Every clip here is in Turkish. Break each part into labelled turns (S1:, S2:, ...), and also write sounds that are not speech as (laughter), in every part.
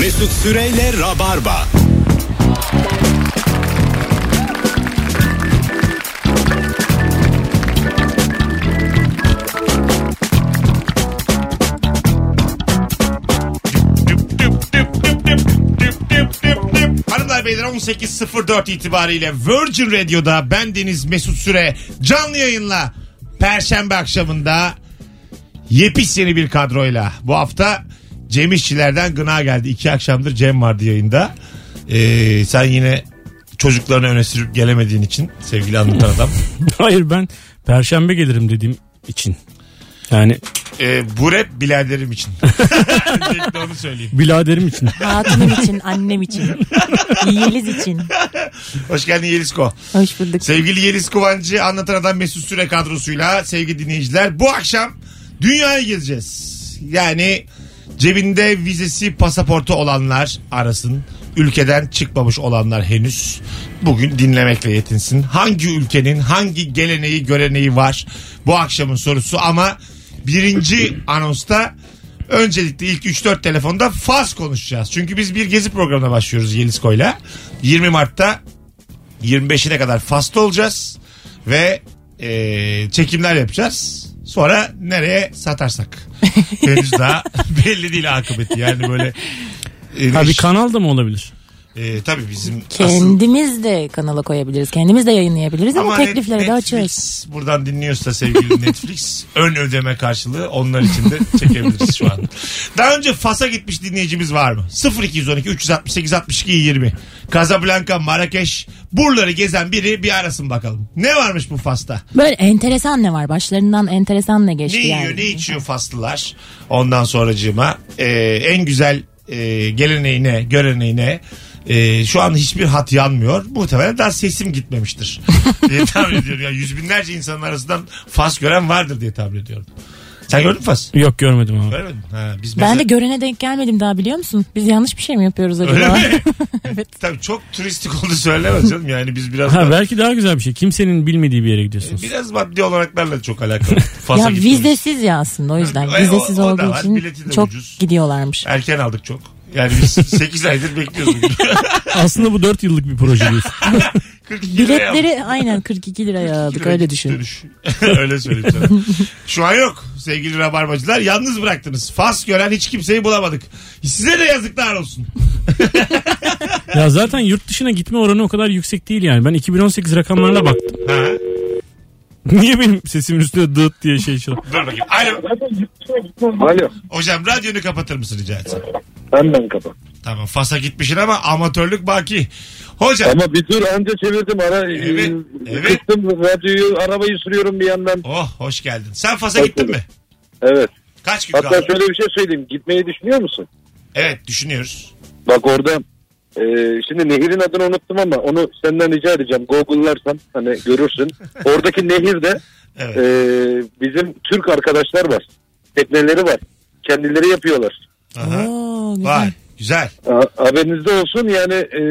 S1: Mesut Süreyle Rabarba.
S2: Düp düp düp düp düp düp düp düp düp. Hanımlar beyler 18.04 itibariyle Virgin Radio'da ben Deniz Mesut Süre canlı yayınla Perşembe akşamında yepis yeni bir kadroyla bu hafta Cem İşçilerden gına geldi. İki akşamdır Cem vardı yayında. Ee, sen yine çocuklarını öne sürüp gelemediğin için sevgili anlatan adam.
S3: (laughs) Hayır ben perşembe gelirim dediğim için. Yani
S2: (laughs) Ee, bu rap biladerim için. (laughs) Öncelikle onu söyleyeyim.
S3: biladerim (laughs) için.
S4: Hatunum için, annem için, Yeliz için.
S2: Hoş geldin Yelisko.
S4: Hoş bulduk.
S2: Sevgili Yeliz Kıvancı anlatan adam Mesut Süre kadrosuyla sevgili dinleyiciler bu akşam dünyayı gezeceğiz. Yani cebinde vizesi pasaportu olanlar arasın. Ülkeden çıkmamış olanlar henüz bugün dinlemekle yetinsin. Hangi ülkenin hangi geleneği göreneği var bu akşamın sorusu ama birinci anonsta Öncelikle ilk 3-4 telefonda faz konuşacağız. Çünkü biz bir gezi programına başlıyoruz Yeliz Koy'la. 20 Mart'ta 25'ine kadar fasta olacağız ve e, çekimler yapacağız. Sonra nereye satarsak.
S4: (laughs)
S2: Henüz daha belli değil akıbeti. Yani böyle e,
S3: Ha bir
S2: iş-
S3: kanal da mı olabilir?
S2: e, tabii bizim asıl-
S4: Kendimiz de kanala koyabiliriz. Kendimiz de yayınlayabiliriz ama, teklifleri de
S2: Netflix
S4: açıyoruz.
S2: buradan dinliyorsa sevgili Netflix ön ödeme karşılığı onlar için de çekebiliriz şu an. Daha önce Fas'a gitmiş dinleyicimiz var mı? 0212 368 62 20. Casablanca, Marrakeş, buraları gezen biri bir arasın bakalım. Ne varmış bu Fas'ta?
S4: Böyle enteresan ne var? Başlarından enteresan ne geçti
S2: Ne
S4: yani?
S2: yiyor ne içiyor faslılar ondan sonracığıma e, en güzel e, geleneğine göreneğine e, şu an hiçbir hat yanmıyor. Muhtemelen daha sesim
S4: (laughs)
S2: gitmemiştir diye tahmin ediyorum. Yani yüz binlerce insanın arasından Fas gören vardır diye tahmin ediyorum. Sen gördün mü Fas?
S3: Yok görmedim abi.
S2: Görmedin. Ha, biz
S4: Ben de
S2: mesela-
S4: görene denk gelmedim daha biliyor musun? Biz yanlış bir şey mi yapıyoruz acaba?
S2: Öyle
S4: (laughs)
S2: mi?
S4: evet.
S2: Tabii çok turistik oldu söylemez canım. Yani biz biraz
S3: Ha
S2: da-
S3: belki daha güzel bir şey. Kimsenin bilmediği bir yere gidiyorsunuz.
S2: biraz maddi olanaklarla çok alakalı. Fas'a
S4: Ya
S2: gitmemiz.
S4: vizesiz ya aslında o yüzden.
S2: E, o-
S4: Vizesiz
S2: o da
S4: olduğu
S2: var, bileti de
S4: için çok
S2: ucuz.
S4: gidiyorlarmış.
S2: Erken aldık çok. Yani biz 8 aydır
S4: (laughs)
S2: bekliyoruz. bugün.
S3: Aslında bu 4 yıllık bir proje diyorsun.
S2: 42 liraya aldık.
S4: Biletleri aynen 42 liraya aldık
S2: Direkt
S4: öyle düşün.
S2: dönüş. (laughs) öyle söyleyeyim
S4: (laughs)
S2: sana. Şu an yok sevgili rabarbacılar. Yalnız bıraktınız. Fas gören hiç kimseyi bulamadık. Size de yazıklar olsun.
S3: ya zaten yurt dışına gitme oranı o kadar yüksek değil yani. Ben 2018 rakamlarına baktım.
S2: Ha?
S3: Niye benim sesimin üstüne dıt diye şey çalıyor?
S2: Dur bakayım. Alo.
S5: Alo.
S2: Hocam radyonu kapatır mısın rica etsem?
S5: Benden kapat.
S2: Tamam Fas'a gitmişsin ama amatörlük baki. Hocam.
S5: Ama bir tur anca çevirdim. Ara,
S2: Evet,
S5: e,
S2: evet.
S5: Kıstım radyoyu arabayı sürüyorum bir yandan.
S2: Oh hoş geldin. Sen Fas'a
S5: Hoş
S2: gittin
S5: bulduk.
S2: mi?
S5: Evet.
S2: Kaç gün
S5: Hatta
S2: kaldı?
S5: şöyle bir şey söyleyeyim. Gitmeyi düşünüyor musun?
S2: Evet düşünüyoruz.
S5: Bak orada e, şimdi nehrin adını unuttum ama onu senden rica edeceğim. Google'larsan hani
S2: (laughs)
S5: görürsün. Oradaki nehirde e,
S2: Evet.
S5: bizim Türk arkadaşlar var. Tekneleri var. Kendileri yapıyorlar.
S2: Aha.
S4: Oo, güzel.
S2: Vay güzel.
S5: Ha- Haberinizde olsun yani e,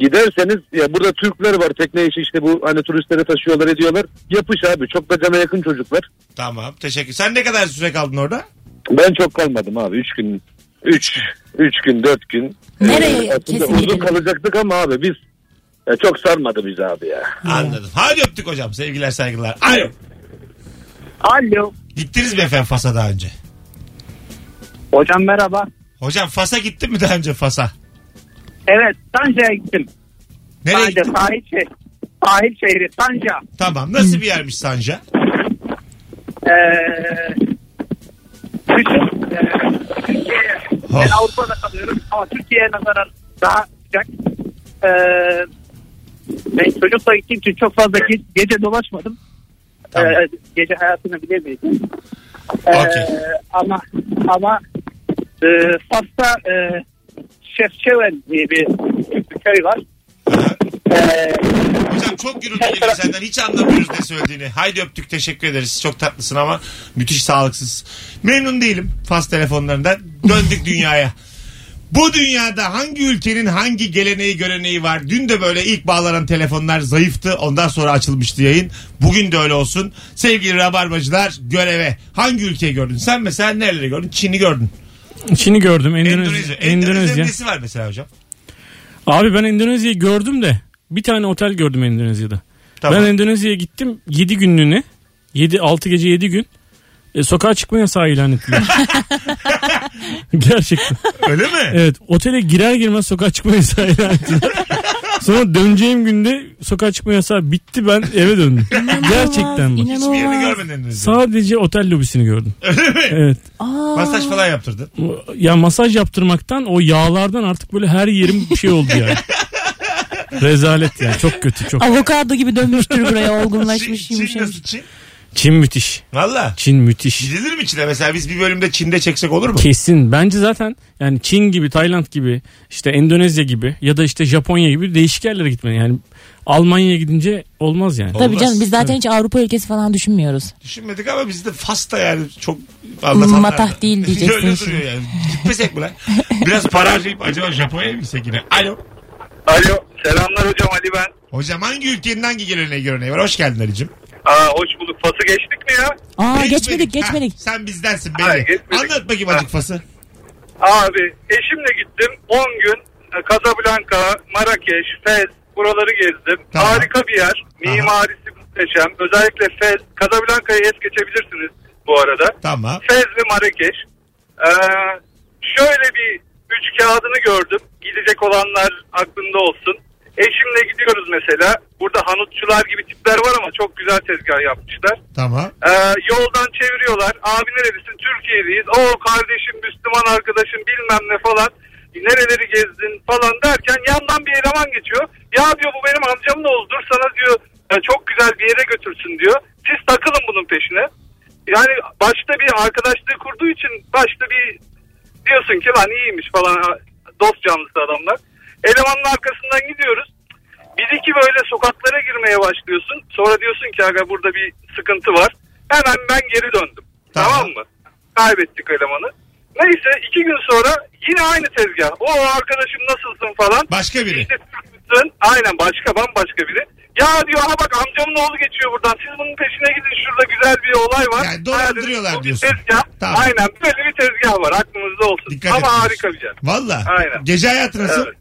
S5: giderseniz ya burada Türkler var tekne işi işte bu hani turistlere taşıyorlar ediyorlar. Yapış abi çok da cana yakın çocuklar.
S2: Tamam teşekkür. Sen ne kadar süre kaldın orada?
S5: Ben çok kalmadım abi 3 gün 3 3 gün 4 gün. Ee,
S4: Nereye
S5: Aslında
S4: kesin
S5: uzun
S4: gidelim?
S5: kalacaktık ama abi biz ya çok sarmadı bizi abi ya.
S2: Anladım. Hadi öptük hocam. Sevgiler saygılar. Alo.
S6: Alo.
S2: Gittiniz mi efendim Fas'a daha önce?
S6: Hocam merhaba.
S2: Hocam Fas'a gittin mi daha önce Fas'a?
S6: Evet Sanca'ya gittim.
S2: Nereye
S6: Sanca
S2: gittin?
S6: sahil şehri. Sahil şehri Sanca.
S2: Tamam. Nasıl bir yermiş Sanca?
S6: Ee, bütün e, Türkiye'ye ben
S2: Oh.
S6: Avrupa'da kalıyorum ama Türkiye'ye nazaran daha sıcak. Ee, ben çocukla gittiğim için çok fazla ge- gece dolaşmadım.
S2: Tamam.
S6: Ee, gece hayatını bilemeydim. Ee,
S2: Okey.
S6: Ama ama e, Fas'ta e, Şefçeven diye bir küçük bir köy var.
S2: Aha.
S6: Ee,
S2: Hocam çok gürültü geliyor senden. Hiç anlamıyoruz ne söylediğini. Haydi öptük teşekkür ederiz. Çok tatlısın ama müthiş sağlıksız. Memnun değilim Fas telefonlarından. Döndük dünyaya. Bu dünyada hangi ülkenin hangi geleneği göreneği var? Dün de böyle ilk bağlanan telefonlar zayıftı. Ondan sonra açılmıştı yayın. Bugün de öyle olsun. Sevgili rabarbacılar göreve. Hangi ülkeyi gördün? Sen mesela nereleri gördün? Çin'i gördün.
S3: Çin'i gördüm.
S2: Endonezya.
S3: Endonezya.
S2: Endonezya'nın
S3: Endonezya.
S2: nesi var mesela hocam?
S3: Abi ben Endonezya'yı gördüm de bir tane otel gördüm Endonezya'da.
S2: Tamam.
S3: Ben Endonezya'ya gittim 7 günlüğüne. 7 6 gece 7 gün. E, sokağa çıkma yasağı ilan ettiler. Gerçekten.
S2: Öyle mi?
S3: Evet otele girer girmez sokağa çıkma yasağı ilan ettiler. Sonra döneceğim günde sokağa çıkma yasağı bitti ben eve döndüm. Gerçekten bak.
S2: Hiçbir yerini
S4: İnanılmaz.
S2: görmedin Endonezya'da.
S3: Sadece otel lobisini gördüm. Evet.
S4: Aa,
S2: Masaj falan yaptırdın.
S3: Ya masaj yaptırmaktan o yağlardan artık böyle her yerim bir şey oldu
S2: (laughs)
S3: yani. Rezalet yani çok kötü çok.
S4: Avokado gibi dönmüştür buraya
S2: Çin,
S4: olgunlaşmış
S2: Çin
S4: yumuşamış.
S2: nasıl Çin?
S3: Çin müthiş.
S2: Valla.
S3: Çin müthiş.
S2: Gidilir mi Çin'e? Mesela biz bir bölümde Çin'de çeksek olur mu?
S3: Kesin. Bence zaten yani Çin gibi, Tayland gibi, işte Endonezya gibi ya da işte Japonya gibi değişik yerlere gitmeli. Yani Almanya'ya gidince olmaz yani.
S2: Olmaz.
S4: Tabii canım biz zaten hiç Avrupa ülkesi falan düşünmüyoruz.
S2: Düşünmedik ama bizde Fas'ta yani çok anlatanlar.
S4: Matah değil diyeceksin
S2: Öyle
S4: şimdi.
S2: duruyor yani. Gitmesek mi lan? Biraz para harcayıp acaba Japonya'ya mı gitsek yine? Alo.
S7: Alo selamlar hocam Ali ben.
S2: Hocam hangi ülkenin hangi geleneği göreneği var? Hoş geldin Ali'cim.
S7: Aa, hoş bulduk Fas'ı geçtik mi ya?
S4: Aa geçmedik
S2: Ha,
S4: geçmedik.
S2: sen bizdensin
S7: Hayır,
S2: belli.
S7: geçmedik.
S2: Anlat bakayım azıcık Fas'ı.
S7: Abi eşimle gittim 10 gün e, Casablanca, Marrakeş, Fez buraları gezdim.
S2: Tamam.
S7: Harika bir yer. Mimarisi muhteşem. Özellikle Fez. Casablanca'yı es geçebilirsiniz bu arada.
S2: Tamam.
S7: Fez ve Marrakeş. Ee, şöyle bir üç kağıdını gördüm. Gidecek olanlar aklında olsun. Eşimle gidiyoruz mesela. Burada hanutçular gibi tipler var ama çok güzel tezgah yapmışlar.
S2: Tamam.
S7: Ee, yoldan çeviriyorlar. Abi nerelisin? Türkiye'liyiz. O kardeşim Müslüman arkadaşım bilmem ne falan. "E, Nereleri gezdin falan derken yandan bir eleman geçiyor. Ya diyor bu benim amcamın oğlu dur sana diyor "e, çok güzel bir yere götürsün diyor. Siz takılın bunun peşine. Yani başta bir arkadaşlığı kurduğu için başta bir diyorsun ki lan iyiymiş falan ha, dost canlısı adamlar. Elemanın arkasından gidiyoruz. Bir iki böyle sokaklara girmeye başlıyorsun. Sonra diyorsun ki aga burada bir sıkıntı var. Hemen ben geri döndüm.
S2: Tamam.
S7: Tamam, mı? Kaybettik elemanı. Neyse iki gün sonra yine aynı tezgah. O arkadaşım nasılsın falan.
S2: Başka biri.
S7: İşte Türk'sün. Aynen başka bambaşka biri. Ya diyor ha bak amcamın oğlu geçiyor buradan. Siz bunun peşine gidin şurada güzel bir olay var.
S2: Yani dolandırıyorlar
S7: Ha dedim, bu bir
S2: diyorsun.
S7: Tezgah.
S2: Tamam.
S7: Aynen böyle bir tezgah var aklınızda olsun.
S2: Dikkat
S7: Ama
S2: et.
S7: harika bir yer.
S2: Valla.
S7: Aynen. Ee,
S2: Gece hayatı nasıl?
S7: Evet.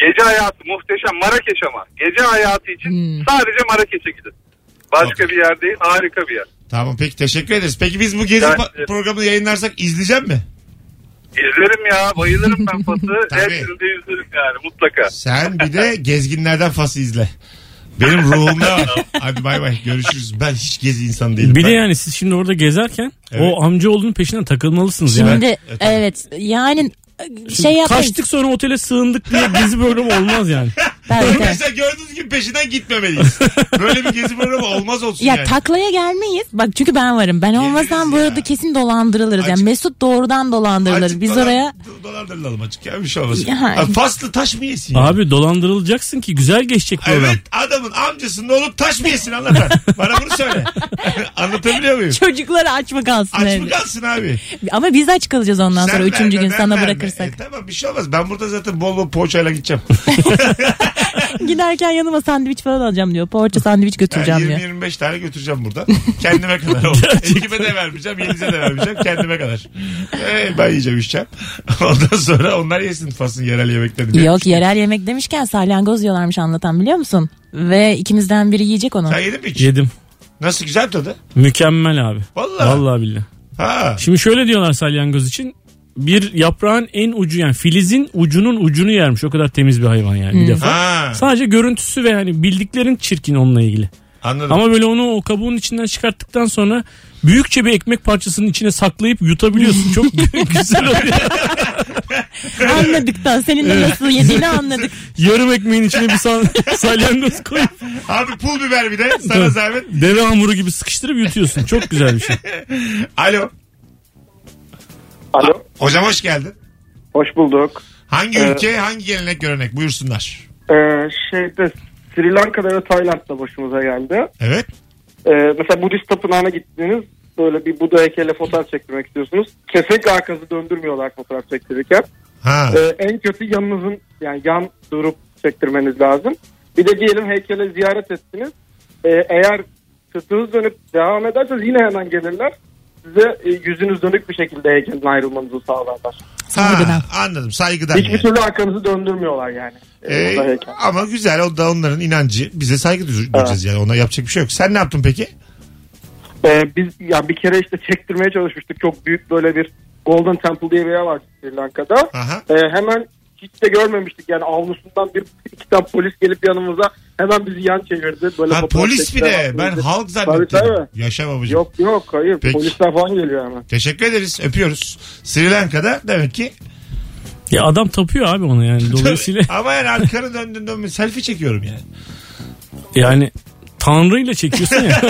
S7: Gece hayatı muhteşem Marrakeş ama. Gece hayatı için
S2: Hmm.
S7: sadece Marrakeş'e gidin. Başka bir yer değil harika bir yer.
S2: Tamam peki teşekkür ederiz. Peki biz bu gezi
S7: Ben-
S2: pa- programını yayınlarsak izleyecek mi?
S7: İzlerim ya bayılırım
S2: (laughs)
S7: ben Fas'ı.
S2: Tabii.
S7: Hepsini de izlerim yani mutlaka.
S2: Sen bir de gezginlerden Fas'ı izle. Benim ruhumda var. Hadi bay bay görüşürüz. Ben hiç gezi insan değilim.
S3: Bir de
S2: Ben-
S3: yani siz şimdi orada gezerken
S2: Evet.
S3: o amca olduğunun peşinden takılmalısınız yani.
S4: Şimdi
S2: Evet.
S4: evet yani şey yapmayın.
S3: Kaçtık sonra otele sığındık diye gezi programı olmaz
S2: (laughs)
S3: yani.
S4: Evet, evet.
S2: Mesela gördüğünüz gibi peşinden gitmemeliyiz. Böyle bir gezi programı olmaz olsun
S4: Ya
S2: yani.
S4: taklaya gelmeyiz. Bak çünkü ben varım. Ben olmasam bu
S2: ya.
S4: arada kesin dolandırılırız.
S2: Açık-
S4: Yani Mesut doğrudan dolandırılır.
S2: Azıcık
S4: Biz
S2: dolan- (laughs)
S4: oraya
S2: do- Dolandırılalım açık ya bir şey olmaz.
S4: Ya.
S2: Ha, Faslı taş mı yesin? ya?
S3: Abi dolandırılacaksın ki güzel geçecek program.
S2: Evet adamın amcasının olup taş mı yesin anlatan. Bana bunu söyle. Anlatabiliyor muyum?
S4: çocukları aç mı kalsın
S2: Aç mı
S4: evde?
S2: kalsın abi?
S4: Ama biz aç kalacağız ondan
S2: Sen
S4: sonra üçüncü
S2: verme,
S4: gün
S2: ben
S4: sana
S2: verme.
S4: bırakırsak. (laughs)
S2: E, tamam bir şey olmaz. Ben burada zaten bol bol poğaçayla gideceğim.
S4: Giderken yanıma sandviç falan alacağım diyor. Poğaça sandviç götüreceğim diyor.
S2: 20-25 tane götüreceğim burada. Kendime kadar
S4: (laughs)
S2: oldu. Ekibe de vermeyeceğim, Yeliz'e de vermeyeceğim. Kendime kadar. Ee, ben yiyeceğim, içeceğim. (laughs) Ondan sonra onlar yesin Fas'ın yerel yemeklerini. diye.
S4: Yok yerel yemek demişken salyangoz yiyorlarmış anlatan biliyor musun? Ve ikimizden biri yiyecek onu.
S2: Sen yedin mi hiç?
S3: Yedim.
S2: Nasıl güzel tadı?
S3: Mükemmel abi.
S2: Vallahi.
S3: Vallahi billahi.
S2: Ha.
S3: Şimdi şöyle diyorlar salyangoz için. Bir yaprağın en ucu yani filizin ucunun ucunu yermiş. O kadar temiz bir hayvan yani bir defa.
S2: Ha.
S3: Sadece görüntüsü ve hani bildiklerin çirkin onunla ilgili.
S2: Anladım.
S3: Ama böyle onu o kabuğun içinden çıkarttıktan sonra büyükçe bir ekmek parçasının içine saklayıp yutabiliyorsun.
S2: (laughs)
S3: Çok güzel oluyor.
S4: Anladık da senin de nasıl yediğini anladık.
S3: Yarım ekmeğin içine bir sal- (laughs) salyangoz koyup
S2: Abi pul biber bir de sana zahmet.
S3: deve hamuru gibi sıkıştırıp yutuyorsun. Çok güzel bir şey.
S2: Alo.
S8: Alo.
S2: Hocam hoş geldin.
S8: Hoş bulduk.
S2: Hangi
S8: Ee,
S2: ülke, hangi gelenek görenek? Buyursunlar.
S8: Ee, şeyde Sri Lanka'da ve Tayland'da başımıza geldi.
S2: Evet.
S8: Ee, mesela Budist tapınağına gittiniz. Böyle bir Buda heykeli fotoğraf çektirmek istiyorsunuz. Kesinlikle arkanızı döndürmüyorlar fotoğraf çektirirken.
S2: Ha.
S8: Ee, en kötü yanınızın yani yan durup çektirmeniz lazım. Bir de diyelim heykele ziyaret ettiniz. Ee, eğer sırtınız dönüp devam ederseniz yine hemen gelirler. size e, yüzünüz dönük bir şekilde heykelden ayrılmanızı sağlarlar.
S4: Saygıdan.
S2: Ha, anladım saygıdan.
S8: Hiçbir şey
S2: yani.
S8: türlü arkanızı döndürmüyorlar yani.
S2: Ee,
S8: Ee, heykel.
S2: ama güzel o da onların inancı. Bize saygı duy- duyacağız yani ona yapacak bir şey yok. Sen ne yaptın peki?
S8: Ee, biz ya bir kere işte çektirmeye çalışmıştık. Çok büyük böyle bir Golden Temple diye bir yer var Sri Lanka'da.
S2: Aha.
S8: Ee, hemen hiç de görmemiştik yani avlusundan bir iki tane polis gelip yanımıza hemen bizi yan çevirdi. Böyle
S2: Ha,
S8: fotoğraf
S2: polis bir
S8: çektiler,
S2: de ben
S8: attırdı.
S2: halk
S8: Tabii,
S2: zannettim.
S8: tabii.
S2: Yaşa babacığım.
S8: Yok yok hayır
S2: Peki.
S8: polisler falan geliyor hemen.
S2: Teşekkür ederiz öpüyoruz. Sri Lanka'da demek ki.
S3: Ya adam tapıyor abi ona
S2: (laughs)
S3: yani. Dolayısıyla
S2: Ama yani arkanı döndün dönme selfie çekiyorum yani.
S3: yani tanrıyla çekiyorsun ya.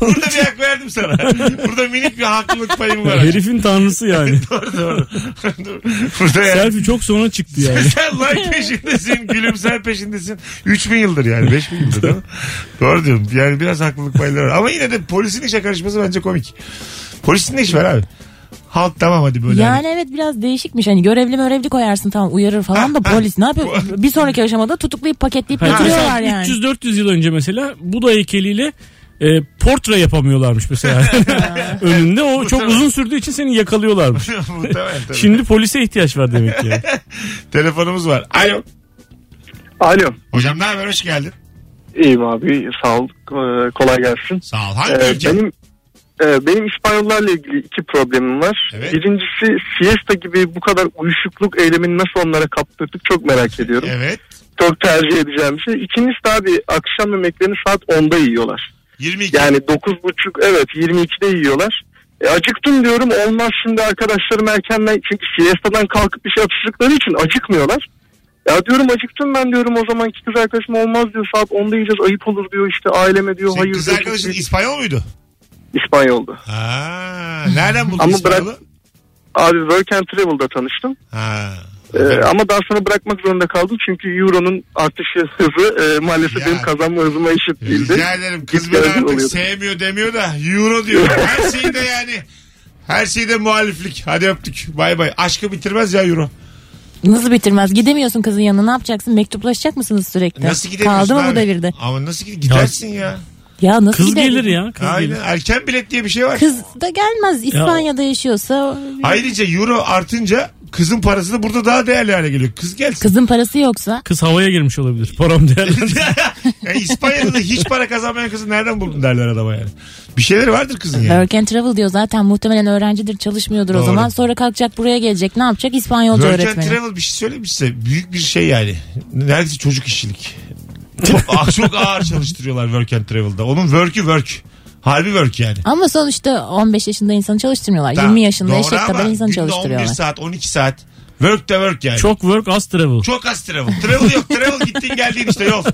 S2: Burada bir hak verdim sana. Burada minik bir haklılık payım var.
S3: Herifin tanrısı yani.
S2: doğru doğru. (laughs) Burada yani.
S3: Selfie çok sonra çıktı yani.
S2: (laughs) Sen like peşindesin, gülümser peşindesin. 3000 yıldır yani 5000 yıldır değil mi? Doğru diyorum. Yani biraz haklılık payları var. Ama yine de polisin işe karışması bence komik. Polisin ne işi var abi? Halk tamam hadi böyle. hani-
S4: Yani evet biraz değişikmiş. Hani görevli mörevli koyarsın tamam uyarır falan
S2: Ah,
S4: da polis ne yapıyor? Bir sonraki aşamada tutuklayıp paketleyip
S3: Ha,
S4: götürüyorlar
S3: mesela
S4: yani.
S3: 300-400 yıl önce mesela Buda heykeliyle e, portre yapamıyorlarmış mesela. (laughs) Önünde o çok
S2: Muhtemelen.
S3: uzun sürdüğü için seni
S2: (laughs)
S3: yakalıyorlarmış.
S2: hani- (laughs) Muhtemelen tabii.
S3: Şimdi polise ihtiyaç var demek ki.
S2: Telefonumuz var. Alo.
S5: Alo.
S2: Hocam ne haber? Hoş geldin.
S5: İyiyim abi. Sağ ol. Ee, kolay gelsin.
S2: Sağ ol. Hangi
S5: Ee,
S2: ülke?
S5: benim e, benim İspanyollarla ilgili iki problemim var.
S2: Evet.
S5: Birincisi siesta gibi bu kadar uyuşukluk eylemini nasıl onlara kaptırdık çok merak ediyorum.
S2: Evet.
S5: Çok tercih edeceğim bir şey. İkincisi de abi akşam yemeklerini saat 10'da yiyorlar.
S2: 22.
S5: Yani 9.30 evet 22'de yiyorlar. E, acıktım diyorum olmaz şimdi arkadaşlarım erkenden çünkü siestadan kalkıp bir şey atıştıkları için acıkmıyorlar. Ya diyorum acıktım ben diyorum o zaman kız arkadaşım olmaz diyor saat 10'da yiyeceğiz ayıp olur diyor işte aileme diyor
S2: Senin Şey,
S5: hayır
S2: kız
S5: diyor.
S2: arkadaşın
S5: Çünkü
S2: İspanyol muydu?
S5: İspanyol'da.
S2: Ha, nereden buldun
S5: Ama
S2: İspanyol'u?
S5: bırak- Abi Work and Travel'da tanıştım.
S2: Ha.
S5: E, ama daha sonra bırakmak zorunda kaldım çünkü Euro'nun artışı hızı e, maalesef
S2: Ya.
S5: benim kazanma hızıma eşit değildi.
S2: Rica ederim. Kız
S5: Git
S2: beni
S5: geldi
S2: artık
S5: oluyordu.
S2: sevmiyor demiyor da euro diyor. Her şeyde yani. Her şeyde muhaliflik. Hadi öptük. Bay bay. Aşkı bitirmez ya euro.
S4: Nasıl bitirmez? Gidemiyorsun kızın yanına ne yapacaksın? Mektuplaşacak mısınız sürekli?
S2: Nasıl gidemiyorsun
S4: Kaldı mı
S2: abi?
S4: bu devirde?
S2: Ama nasıl gid- gidersin ya?
S4: Ya nasıl
S3: Kız
S4: gidelim?
S3: gelir ya. Kız gelir.
S2: Aynen. Erken bilet diye bir şey var.
S4: Kız da gelmez. İspanya'da yaşıyorsa
S2: Ayrıca euro artınca kızın parası da burada daha değerli hale geliyor. Kız gelsin.
S4: kızın parası yoksa
S3: Kız havaya girmiş olabilir. (laughs) Param
S2: (laughs)
S3: değerli.
S2: yani İspanya'da da hiç para kazanmayan kızı nereden buldun derler adama yani. Bir şeyleri vardır kızın yani.
S4: Work and travel diyor zaten muhtemelen öğrencidir çalışmıyordur
S2: Doğru.
S4: o zaman. Sonra kalkacak buraya gelecek ne yapacak? İspanyolca
S2: Work and
S4: öğretmeni.
S2: travel bir şey söyleyeyim mi size? Büyük bir şey yani. Neredeyse çocuk işçilik. Çok,
S4: (laughs)
S2: ah, çok ağır çalıştırıyorlar work and travel'da. Onun work'ü work. Harbi work yani.
S4: Ama sonuçta 15 yaşında insanı çalıştırmıyorlar. 20 yaşında
S2: Doğru
S4: eşek kadar
S2: ama
S4: insanı
S2: günde 11
S4: çalıştırıyorlar.
S2: saat 12 saat. Work de work yani. Çok
S3: Çok work az travel.
S2: çok az travel. Travel yok. Travel gittin geldin işte yol.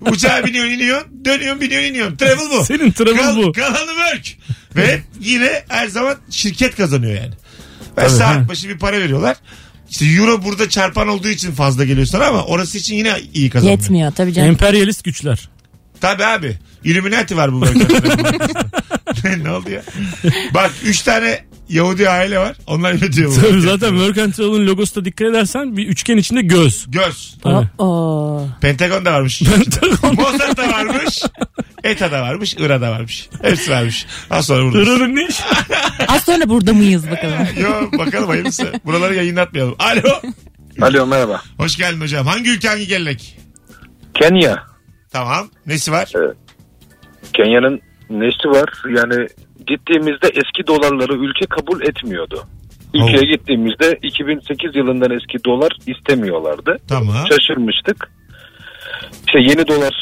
S2: Uçağa biniyorsun iniyorsun. Dönüyorsun biniyorsun iniyorsun. Travel bu.
S3: Senin travel
S2: Kal-
S3: bu.
S2: Kalanı work. Ve yine her zaman şirket kazanıyor yani. Ve
S3: Tabii,
S2: saat
S3: ha.
S2: başı bir para veriyorlar. İşte euro burada çarpan olduğu için fazla geliyor sana ama orası için yine iyi kazanıyor.
S4: Yetmiyor tabii canım.
S3: Emperyalist güçler.
S2: Tabii abi. Illuminati var bu bölgede. (laughs) ne oldu ya? Bak 3 tane Yahudi aile var. Onlar ne diyor? bu?
S3: Tabii zaten work and travel'ın logosu da dikkat edersen bir üçgen içinde göz.
S2: Göz.
S3: Tabii.
S4: Oo.
S2: Pentagon da varmış. Mossad da varmış. ETA da varmış. IRA da varmış. Hepsi varmış. Az sonra burada.
S3: Dırırın ne iş?
S4: Az sonra burada mıyız bakalım.
S2: Yo bakalım hayırlısı. Buraları yayınlatmayalım. Alo.
S5: Alo merhaba.
S2: Hoş geldin hocam. Hangi ülke hangi gelenek?
S5: Kenya.
S2: Tamam. Nesi var?
S5: Kenya'nın nesi var? Yani gittiğimizde eski dolarları ülke kabul etmiyordu. Ülkeye
S2: Oh.
S5: gittiğimizde 2008 yılından eski dolar istemiyorlardı.
S2: Tamam.
S5: Şaşırmıştık. İşte yeni dolar,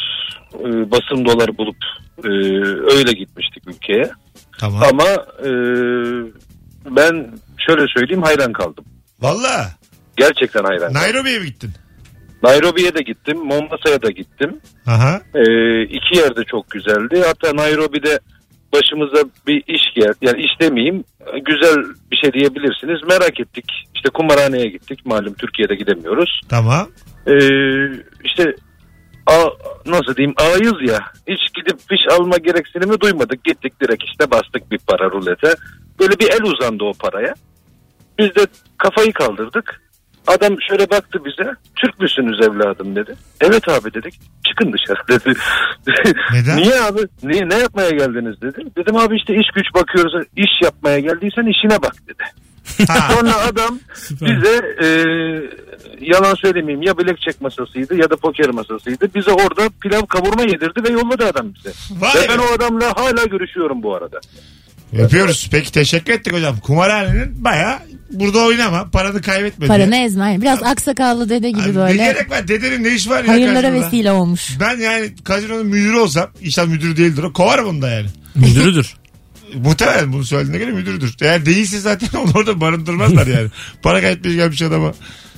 S5: e, basın dolar bulup e, öyle gitmiştik ülkeye.
S2: Tamam.
S5: Ama e, ben şöyle söyleyeyim hayran kaldım.
S2: Valla.
S5: Gerçekten hayran.
S2: Nairobi'ye mi gittin?
S5: Nairobi'ye de gittim, Mombasa'ya da gittim.
S2: Aha.
S5: Ee, iki yerde çok güzeldi. Hatta Nairobi'de başımıza bir iş gel yani iş demeyeyim güzel bir şey diyebilirsiniz. Merak ettik. İşte kumarhaneye gittik. Malum Türkiye'de gidemiyoruz.
S2: Tamam.
S5: Ee, işte a, nasıl diyeyim ağayız ya. Hiç gidip fiş alma gereksinimi duymadık. Gittik direkt işte bastık bir para rulete. Böyle bir el uzandı o paraya. Biz de kafayı kaldırdık. Adam şöyle baktı bize. Türk müsünüz evladım dedi. Evet abi dedik. Çıkın dışarı dedi. (laughs)
S2: Neden?
S5: Niye abi? Niye, ne yapmaya geldiniz dedi. Dedim abi işte iş güç bakıyoruz. İş yapmaya geldiysen işine bak dedi.
S2: Ha.
S5: (laughs) Sonra adam bize e, yalan söylemeyeyim ya bilekçek masasıydı ya da poker masasıydı. Bize orada pilav kavurma yedirdi ve yolladı adam bize.
S2: Vay
S5: Ve ben
S2: be.
S5: o adamla hala görüşüyorum bu arada.
S2: Öpüyoruz. Peki teşekkür ettik hocam. Kumarhanenin baya burada oynama. Paranı kaybetme. diye.
S4: Paranı ezme. yani. Biraz aksakallı dede gibi
S2: Abi Ne
S4: böyle.
S2: gerek var? Dedenin ne işi var ya
S4: Hayırlara
S2: karşımda?
S4: vesile olmuş.
S2: Ben yani kazinonun müdürü olsam, inşallah müdürü değildir o. Kovarım onu da yani.
S3: Müdürüdür.
S2: Muhtemelen bunu söylediğine göre müdürdür. Eğer değilse zaten (laughs) onu orada barındırmazlar yani. Para kaybetmeye gelmiş adama.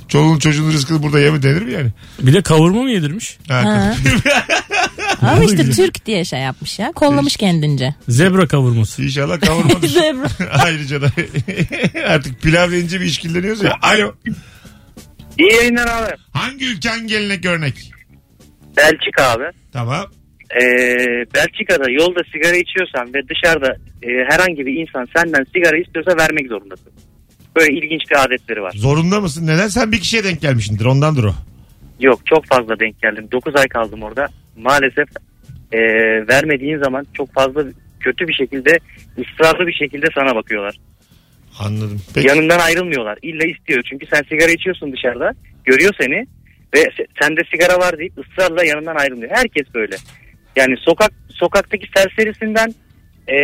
S2: Çoluğun çocuğun rızkını burada yeme denir mi yani?
S3: Bir de kavurma mı yedirmiş?
S2: Ha.
S4: (laughs) Ama işte Türk diye şey yapmış ya. Kollamış kendince.
S3: Zebra
S2: (laughs)
S3: kavurması.
S2: İnşallah kavurmadır.
S4: (laughs) Zebra.
S2: Ayrıca da (laughs) artık pilav deyince bir işkilleniyoruz ya. Alo.
S9: İyi yayınlar abi.
S2: Hangi ülken gelenek örnek?
S9: Belçika abi.
S2: Tamam.
S9: Ee, Belçika'da yolda sigara içiyorsan ve dışarıda e, herhangi bir insan senden sigara istiyorsa vermek zorundasın. Böyle ilginç bir adetleri var.
S2: Zorunda mısın? Neden sen bir kişiye denk gelmişsindir? Ondandır o.
S9: Yok çok fazla denk geldim. 9 ay kaldım orada. Maalesef e, vermediğin zaman çok fazla kötü bir şekilde ısrarlı bir şekilde sana bakıyorlar.
S2: Anladım. Peki.
S9: Yanından ayrılmıyorlar. İlla istiyor. Çünkü sen sigara içiyorsun dışarıda. Görüyor seni ve se- sende sigara var deyip ısrarla yanından ayrılmıyor. Herkes böyle. Yani sokak sokaktaki serserisinden e,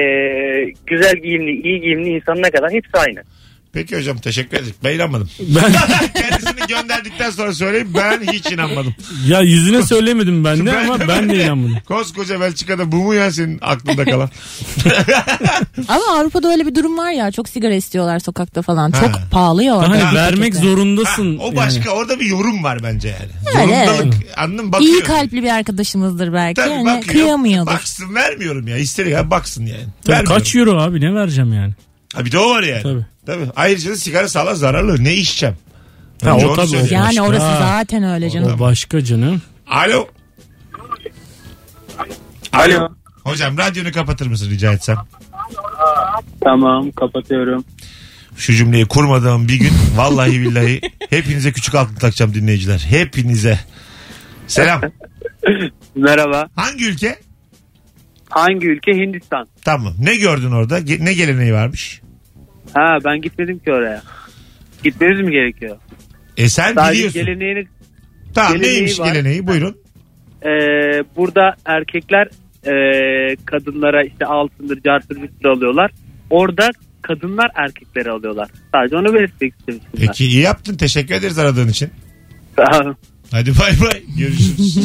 S9: güzel giyimli, iyi giyimli insanına kadar hepsi aynı.
S2: Peki hocam teşekkür ederim. Ben inanmadım.
S3: Ben
S2: Kendisini gönderdikten sonra söyleyeyim ben hiç inanmadım.
S3: ya yüzüne söylemedim ben de
S2: (laughs) Ben de-
S3: ama ben de inanmadım.
S2: (laughs) Koskoca Belçika'da bu mu ya senin aklında kalan?
S4: Ama Avrupa'da öyle bir durum var ya. Çok sigara istiyorlar sokakta falan.
S2: Ha.
S4: Çok pahalı ya orada.
S3: Hani
S4: bir
S3: vermek
S4: paketi.
S3: zorundasın.
S2: o
S3: yani.
S2: başka orada bir yorum var bence yani.
S4: Öyle.
S2: Zorundalık. Anladın mı? Bakıyor.
S4: İyi kalpli bir arkadaşımızdır belki.
S2: Tabii
S4: yani
S2: bakıyor.
S4: kıyamıyordur.
S2: Baksın vermiyorum ya. İster ya baksın yani.
S3: Tabii
S2: Vermiyorum.
S3: kaç euro abi ne vereceğim yani?
S2: Ha bir de o var yani. Tabii.
S3: Tabii.
S2: Ayrıca da sigara sağlığa zararlı. Ne içeceğim?
S3: Ha,
S2: Önce
S3: o
S2: onu
S3: tabii.
S2: söyleyeyim.
S4: yani
S3: Başka.
S4: orası zaten öyle canım.
S3: O başka canım.
S2: Alo. Alo. Hocam radyonu kapatır mısın rica etsem?
S8: Tamam kapatıyorum.
S2: Şu cümleyi kurmadığım bir gün vallahi billahi (laughs) hepinize küçük altın takacağım dinleyiciler. Hepinize. Selam.
S8: Merhaba.
S2: Hangi ülke?
S8: Hangi ülke? Hindistan.
S2: Tamam. Ne gördün orada? Ge- ne geleneği varmış?
S8: Ha ben gitmedim ki oraya. Gitmemiz mi gerekiyor?
S2: E sen
S8: Sadece
S2: biliyorsun.
S8: geleneğini
S2: tamam
S8: geleneği
S2: neymiş
S8: var.
S2: geleneği? Buyurun.
S8: e, burada erkekler e, kadınlara işte altındır, cartır bir sürü alıyorlar. Orada kadınlar erkekleri alıyorlar. Sadece onu belirtmek istemiştim. ben.
S2: Peki iyi yaptın. Teşekkür ederiz aradığın için.
S8: Sağ olun.
S2: Hadi bay bay. Görüşürüz.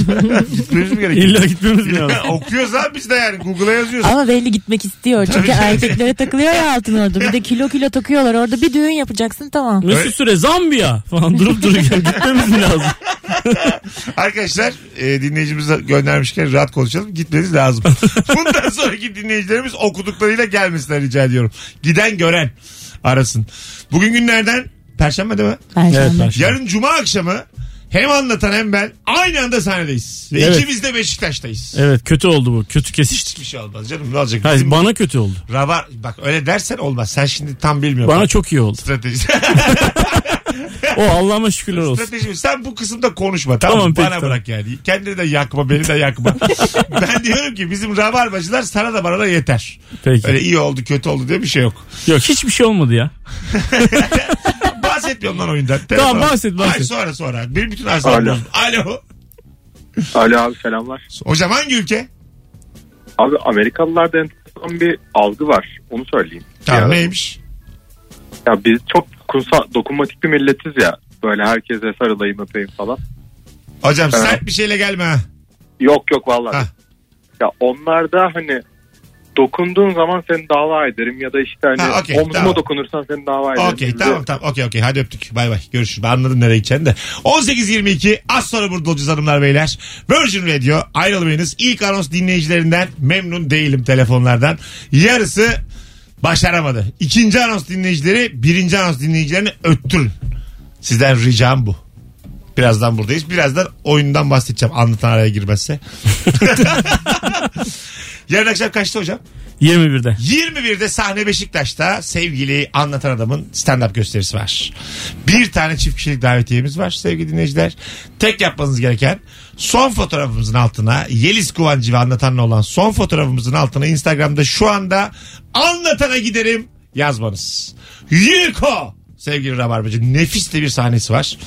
S2: (laughs) Gitmemiz mi gerekiyor?
S3: İlla gitmemiz mi
S2: (laughs)
S3: lazım?
S2: Okuyoruz abi biz de yani. Google'a yazıyoruz.
S4: Ama belli gitmek istiyor. Çünkü erkeklere takılıyor ya altın orada. Bir de kilo kilo takıyorlar. Orada bir düğün yapacaksın tamam.
S3: Mesut Süre Zambiya falan
S2: (laughs)
S3: durup dururken gitmemiz mi lazım?
S2: Arkadaşlar e, dinleyicimiz göndermişken rahat konuşalım. Gitmeniz lazım.
S3: (laughs)
S2: Bundan sonraki dinleyicilerimiz okuduklarıyla gelmesinler rica ediyorum. Giden gören arasın. Bugün günlerden Perşembe değil mi?
S4: Perşembe.
S3: Evet,
S2: Yarın Cuma akşamı hem anlatan hem ben aynı anda sahnedeyiz. Ve
S3: Evet.
S2: ikimiz de Beşiktaş'tayız.
S3: Evet kötü oldu bu. Kötü kesişti.
S2: Hiçbir şey olmaz canım ne olacak?
S3: Hayır
S2: Bizim
S3: bana kötü oldu.
S2: ravar, bak öyle dersen olmaz. Sen şimdi tam bilmiyorsun. (laughs)
S3: Bana çok iyi oldu. (laughs)
S2: strateji.
S3: O Allah'ıma şükürler olsun.
S2: strateji. Sen bu kısımda konuşma tamam,
S3: Tamam,
S2: mı?
S3: peki,
S2: Bana
S3: tamam.
S2: bırak yani. Kendini de yakma beni
S3: (laughs)
S2: de yakma. ben diyorum ki bizim rabarbacılar sana da bana da yeter.
S3: Peki.
S2: Öyle iyi oldu kötü oldu diye bir şey yok.
S3: Yok hiçbir şey olmadı ya.
S2: Bahsetmiyorum lan oyundan.
S3: Tamam, bahset, bahset.
S2: Hayır, sonra sonra. Benim bütün arsalarım.
S5: Alo.
S2: bozuldu. Alo.
S5: Alo abi selamlar.
S2: Hocam hangi ülke?
S5: Abi Amerikalılarda enteresan bir algı var. Onu söyleyeyim.
S2: Tamam
S5: Ya,
S2: neymiş?
S5: ya biz çok dokunsa, dokunmatik bir milletiz ya. Böyle herkese sarılayım öpeyim falan.
S2: Hocam
S5: Ha.
S2: sert bir şeyle gelme ha.
S5: Yok yok vallahi.
S2: Ha.
S5: Ya onlarda hani dokunduğun zaman seni dava ederim ya da işte hani
S2: Ha, okey,
S5: omzuma
S2: tamam.
S5: dokunursan seni dava ederim.
S2: Okey
S5: Bizde-
S2: tamam tamam okey okey hadi öptük bay bay görüşürüz ben anladım nereye gideceğini de 18.22 az sonra burada olacağız hanımlar beyler Virgin Radio ayrılmayınız ilk anons dinleyicilerinden memnun değilim telefonlardan yarısı başaramadı İkinci anons dinleyicileri birinci anons dinleyicilerini öttürün sizden ricam bu Birazdan buradayız. Birazdan oyundan bahsedeceğim. Anlatan araya girmezse. (laughs) Yarın akşam kaçta hocam?
S3: 21'de.
S2: 21'de sahne Beşiktaş'ta sevgili anlatan adamın stand-up gösterisi var. Bir tane çift kişilik davetiyemiz var sevgili dinleyiciler. Tek yapmanız gereken son fotoğrafımızın altına Yeliz Kuvancı ve anlatanla olan son fotoğrafımızın altına Instagram'da şu anda anlatana giderim yazmanız. Yiko sevgili Rabarbacı nefis de bir sahnesi var.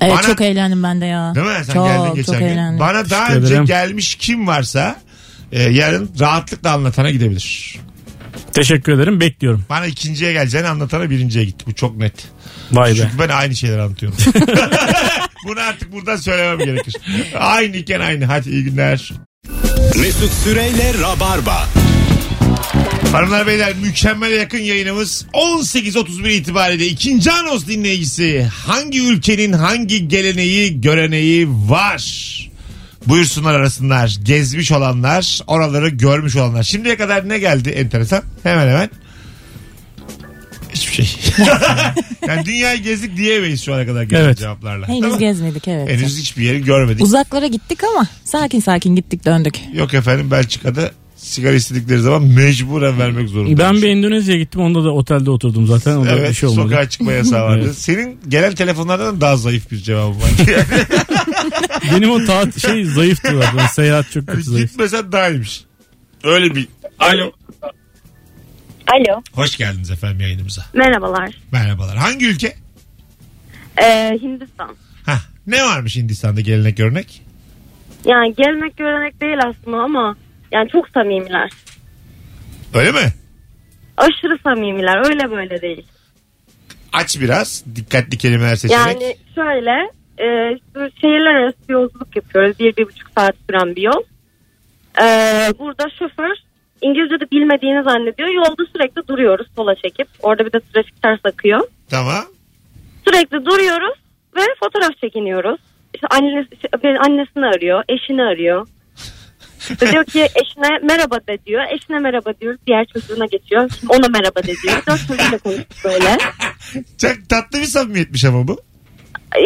S4: Evet
S2: Bana-
S4: çok eğlendim ben de ya.
S2: Değil mi? Sen
S4: çok,
S2: geldin geçen
S4: çok
S2: gün.
S4: eğlendim.
S2: Bana daha
S3: Teşekkür
S2: önce
S3: ederim.
S2: gelmiş kim varsa e, yarın rahatlıkla anlatana gidebilir.
S3: Teşekkür ederim. Bekliyorum.
S2: Bana ikinciye geleceğini anlatana birinciye gitti. Bu çok net.
S3: Vay be.
S2: Çünkü ben aynı şeyleri anlatıyorum. (laughs) Bunu artık buradan söylemem gerekir. Aynı iken aynı. Hadi iyi günler.
S1: Mesut Süreyle Rabarba.
S2: Hanımlar beyler mükemmel yakın yayınımız 18.31 itibariyle ikinci anons dinleyicisi hangi ülkenin hangi geleneği göreneği var? Buyursunlar arasınlar gezmiş olanlar oraları görmüş olanlar şimdiye kadar ne geldi enteresan hemen hemen hiçbir şey.
S3: (laughs)
S2: yani dünyayı gezdik diyemeyiz şu ana kadar gelen
S3: Evet.
S2: cevaplarla. Değil
S4: Henüz
S2: mi?
S4: gezmedik evet.
S2: Henüz hiçbir yeri görmedik.
S4: Uzaklara gittik ama sakin sakin gittik döndük.
S2: Yok efendim Belçika'da sigara istedikleri zaman mecburen vermek zorunda.
S3: Ben bir Endonezya'ya gittim. Onda da otelde oturdum zaten. O da
S2: Evet
S3: bir şey olmadı.
S2: sokağa çıkma yasağı vardı.
S3: Evet.
S2: Senin gelen telefonlardan daha zayıf bir cevabı
S3: (laughs)
S2: var. Yani
S3: Benim o taat şey zayıftı zaten. Seyahat çok kötü zayıf.
S2: Gitmesen daha iyiymiş. Öyle bir. Alo.
S10: Alo.
S2: Hoş geldiniz efendim yayınımıza.
S10: Merhabalar.
S2: Merhabalar. Hangi ülke?
S10: Ee, Hindistan.
S2: Hah, ne varmış Hindistan'da gelenek örnek?
S10: Yani gelmek görenek değil aslında ama yani çok samimiler.
S2: Öyle mi?
S10: Aşırı samimiler. Öyle böyle değil.
S2: Aç biraz. Dikkatli kelimeler seçerek.
S10: Yani şöyle e, şu şehirler arası bir yolculuk yapıyoruz. Bir, bir buçuk saat süren bir yol. Ee, burada şoför İngilizce de bilmediğini zannediyor. Yolda sürekli duruyoruz sola çekip. Orada bir de trafik ters akıyor.
S2: Tamam.
S10: Sürekli duruyoruz ve fotoğraf çekiniyoruz. İşte annesi, beni annesini arıyor, eşini arıyor. İşte diyor ki eşine merhaba de diyor. Eşine merhaba diyoruz. Diğer çocuğuna geçiyor. Ona merhaba de diyor. Dört çocukla konuşuyor böyle.
S2: Çok tatlı bir samimiyetmiş ama bu.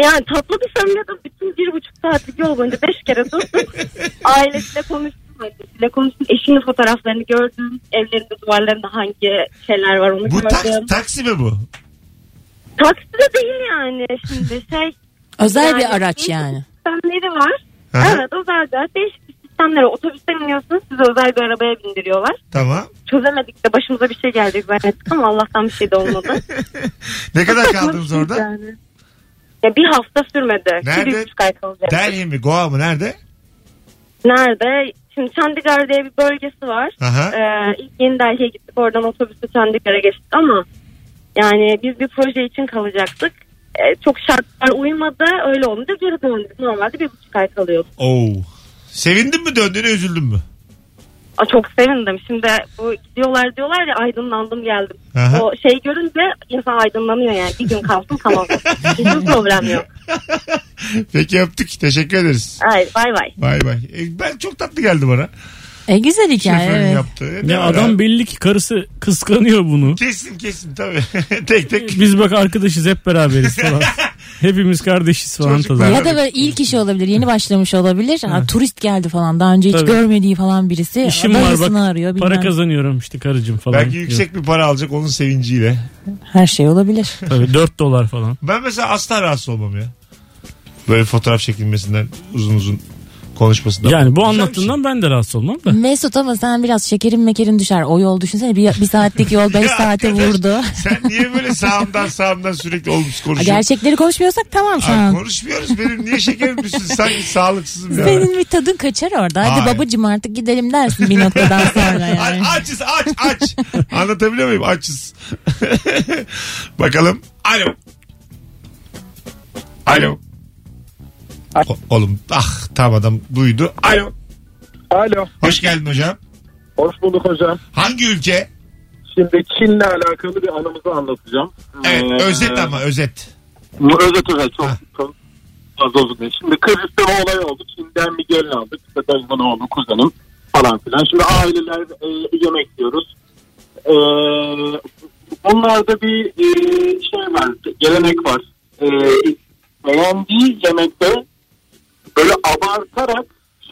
S10: Yani tatlı bir samimiyet. Bütün bir buçuk saatlik yol boyunca beş kere
S2: (laughs)
S10: durdum. Ailesiyle konuştum. Annesiyle konuştum. Eşinin fotoğraflarını gördüm. Evlerinde duvarlarında hangi şeyler var onu
S2: Bu tak,
S10: gördüm.
S2: taksi mi bu?
S10: Taksi de değil yani şimdi şey.
S4: Özel
S10: Yani
S4: bir araç
S2: (laughs)
S10: değişik
S4: yani.
S10: Sistemleri var.
S2: Hı hı.
S10: Evet özel bir araç. Değişik bir sistemlere otobüsten iniyorsunuz sizi özel bir arabaya bindiriyorlar.
S2: Tamam. (laughs)
S10: Çözemedik de başımıza bir şey gelecek zannettik ama Allah'tan bir şey de olmadı.
S2: (laughs) Ne kadar
S10: (laughs)
S2: kaldınız orada?
S10: Yani. Ya bir hafta sürmedi.
S2: Nerede?
S10: Nerede? Bir buçuk ay kalacak.
S2: Delhi mi? Goa mı? Nerede?
S10: Nerede? Şimdi Chandigarh diye bir bölgesi var.
S2: Aha.
S10: Ee, ilk yeni Delhi'ye gittik. Oradan otobüsle Chandigarh'a geçtik ama yani biz bir proje için kalacaktık. Ee, çok şartlar uymadı. Öyle olunca geri döndük. Normalde bir buçuk ay kalıyorduk.
S2: Oo. Sevindin mi döndüğüne üzüldün mü?
S10: Aa, çok sevindim. Şimdi bu gidiyorlar diyorlar ya aydınlandım geldim.
S2: Aha.
S10: O şey görünce insan aydınlanıyor yani. Bir gün kalsın
S2: (laughs)
S10: tamam. Hiçbir problem yok.
S2: Peki yaptık. Teşekkür ederiz.
S10: Ay, bay bay.
S2: Bay bay. E, ben çok tatlı geldi bana.
S4: E güzel hikaye
S2: Şoförün
S4: evet.
S2: yaptığı. Ne
S3: Ya
S2: var
S3: adam
S2: abi?
S3: belli ki karısı kıskanıyor bunu.
S2: Kesin kesin tabii. (laughs) tek tek.
S3: Biz bak arkadaşız hep beraberiz
S2: (laughs)
S3: falan. Hepimiz kardeşiz falan.
S2: Çocuklar.
S3: tadı.
S4: Ya da böyle ilk işi olabilir, yeni başlamış olabilir. Ha, turist geldi falan, daha önce hiç
S3: Tabii.
S4: görmediği falan birisi.
S3: İşim var bak
S4: dayısını arıyor, bilmem.
S3: para kazanıyorum işte karıcığım falan.
S2: Belki yüksek bir para alacak onun sevinciyle.
S4: Her şey olabilir.
S3: Tabii 4 dolar falan.
S2: Ben mesela asla rahatsız olmam ya. Böyle fotoğraf çekilmesinden uzun uzun konuşmasından.
S3: Yani bu
S2: Güzel bir
S3: anlattığından ben de rahatsız olmam da.
S4: Mesut ama sen biraz şekerin mekerin düşer. O yol düşünsene bir, bir saatlik yol
S2: (laughs)
S4: 5
S2: Ya
S4: saate
S2: arkadaş,
S4: vurdu.
S2: şey. Sen niye böyle sağımdan sağımdan sürekli olumsuz
S4: Ha,
S2: konuşuyorsun?
S4: Gerçekleri konuşmuyorsak tamam şu
S2: Ay,
S4: an.
S2: konuşmuyoruz benim niye şekerim düşsün sanki sağlıksızım ya.
S4: Senin bir tadın kaçar orada. Hadi
S2: Hayır.
S4: babacım artık gidelim dersin bir noktadan sonra yani.
S2: A- açız aç aç.
S4: (laughs)
S2: Anlatabiliyor muyum? Açız. (laughs) Bakalım. Alo. Alo. O- oğlum ah tam adam duydu. Alo.
S5: Alo.
S2: Hoş geldin hocam.
S5: Hoş bulduk hocam.
S2: Hangi ülke?
S5: Şimdi Çin'le alakalı bir anımızı anlatacağım.
S2: Evet
S5: Ee,
S2: özet ama özet.
S5: Bu Özet özet çok
S2: Ha.
S5: çok fazla uzun değil. Şimdi Kıbrıs'ta bir olay oldu. Çin'den bir gelin aldık. İşte dayımın oğlu, kuzenim falan filan. Şimdi aileler e, yemek yiyoruz. E, bunlarda bir e, şey var, gelenek var. E, beğendiği yemekte böyle abartarak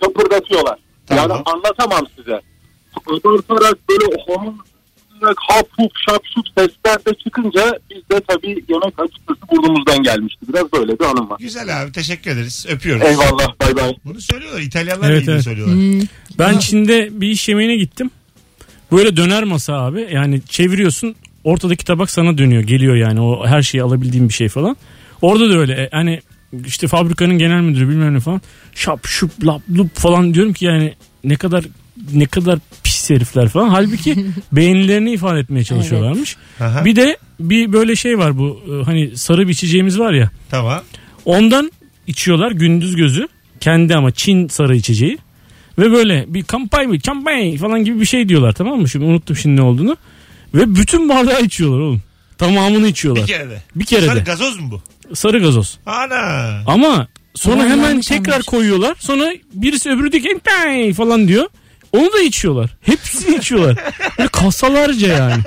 S5: şapırdatıyorlar.
S2: Tamam.
S5: Yani anlatamam size.
S11: abartarak böyle onun hapuk şapşut sesler de çıkınca biz de tabii yemek açıkçası burnumuzdan gelmişti. Biraz böyle bir anım var.
S2: Güzel abi teşekkür ederiz. Öpüyoruz.
S11: Eyvallah bay bay.
S2: Bunu söylüyorlar. İtalyanlar
S3: Evet,
S2: evet,
S3: evet. Hmm.
S2: söylüyorlar.
S3: Ben Çin'de bir iş yemeğine gittim. Böyle döner masa abi. Yani çeviriyorsun ortadaki tabak sana dönüyor. Geliyor yani o her şeyi alabildiğin bir şey falan. Orada da öyle e, hani işte fabrikanın genel müdürü bilmem ne falan. Şap şup lap lup falan diyorum ki yani ne kadar ne kadar pis herifler falan. Halbuki beğenilerini ifade etmeye çalışıyorlarmış.
S2: Aha,
S3: Bir de bir böyle şey var bu e, hani sarı bir içeceğimiz var ya.
S2: tamam.
S3: Ondan içiyorlar gündüz gözü. Kendi ama Çin sarı içeceği. Ve böyle bir kampay mı kampay falan gibi bir şey diyorlar tamam mı? Şimdi unuttum şimdi ne olduğunu. Ve bütün bardağı içiyorlar oğlum. Tamamını
S2: Bir
S3: içiyorlar.
S2: kere de.
S3: Bir kere
S2: Sarı
S3: de.
S2: gazoz mu bu?
S3: Sarı gazoz.
S2: Ana.
S3: Ama sonra
S4: Aman
S3: hemen
S4: yanlış
S3: tekrar
S4: anlamış.
S3: koyuyorlar. Sonra birisi öbürü diyor ki "Kampay" falan diyor. Onu da içiyorlar. Hepsini içiyorlar. Böyle kasalarca yani.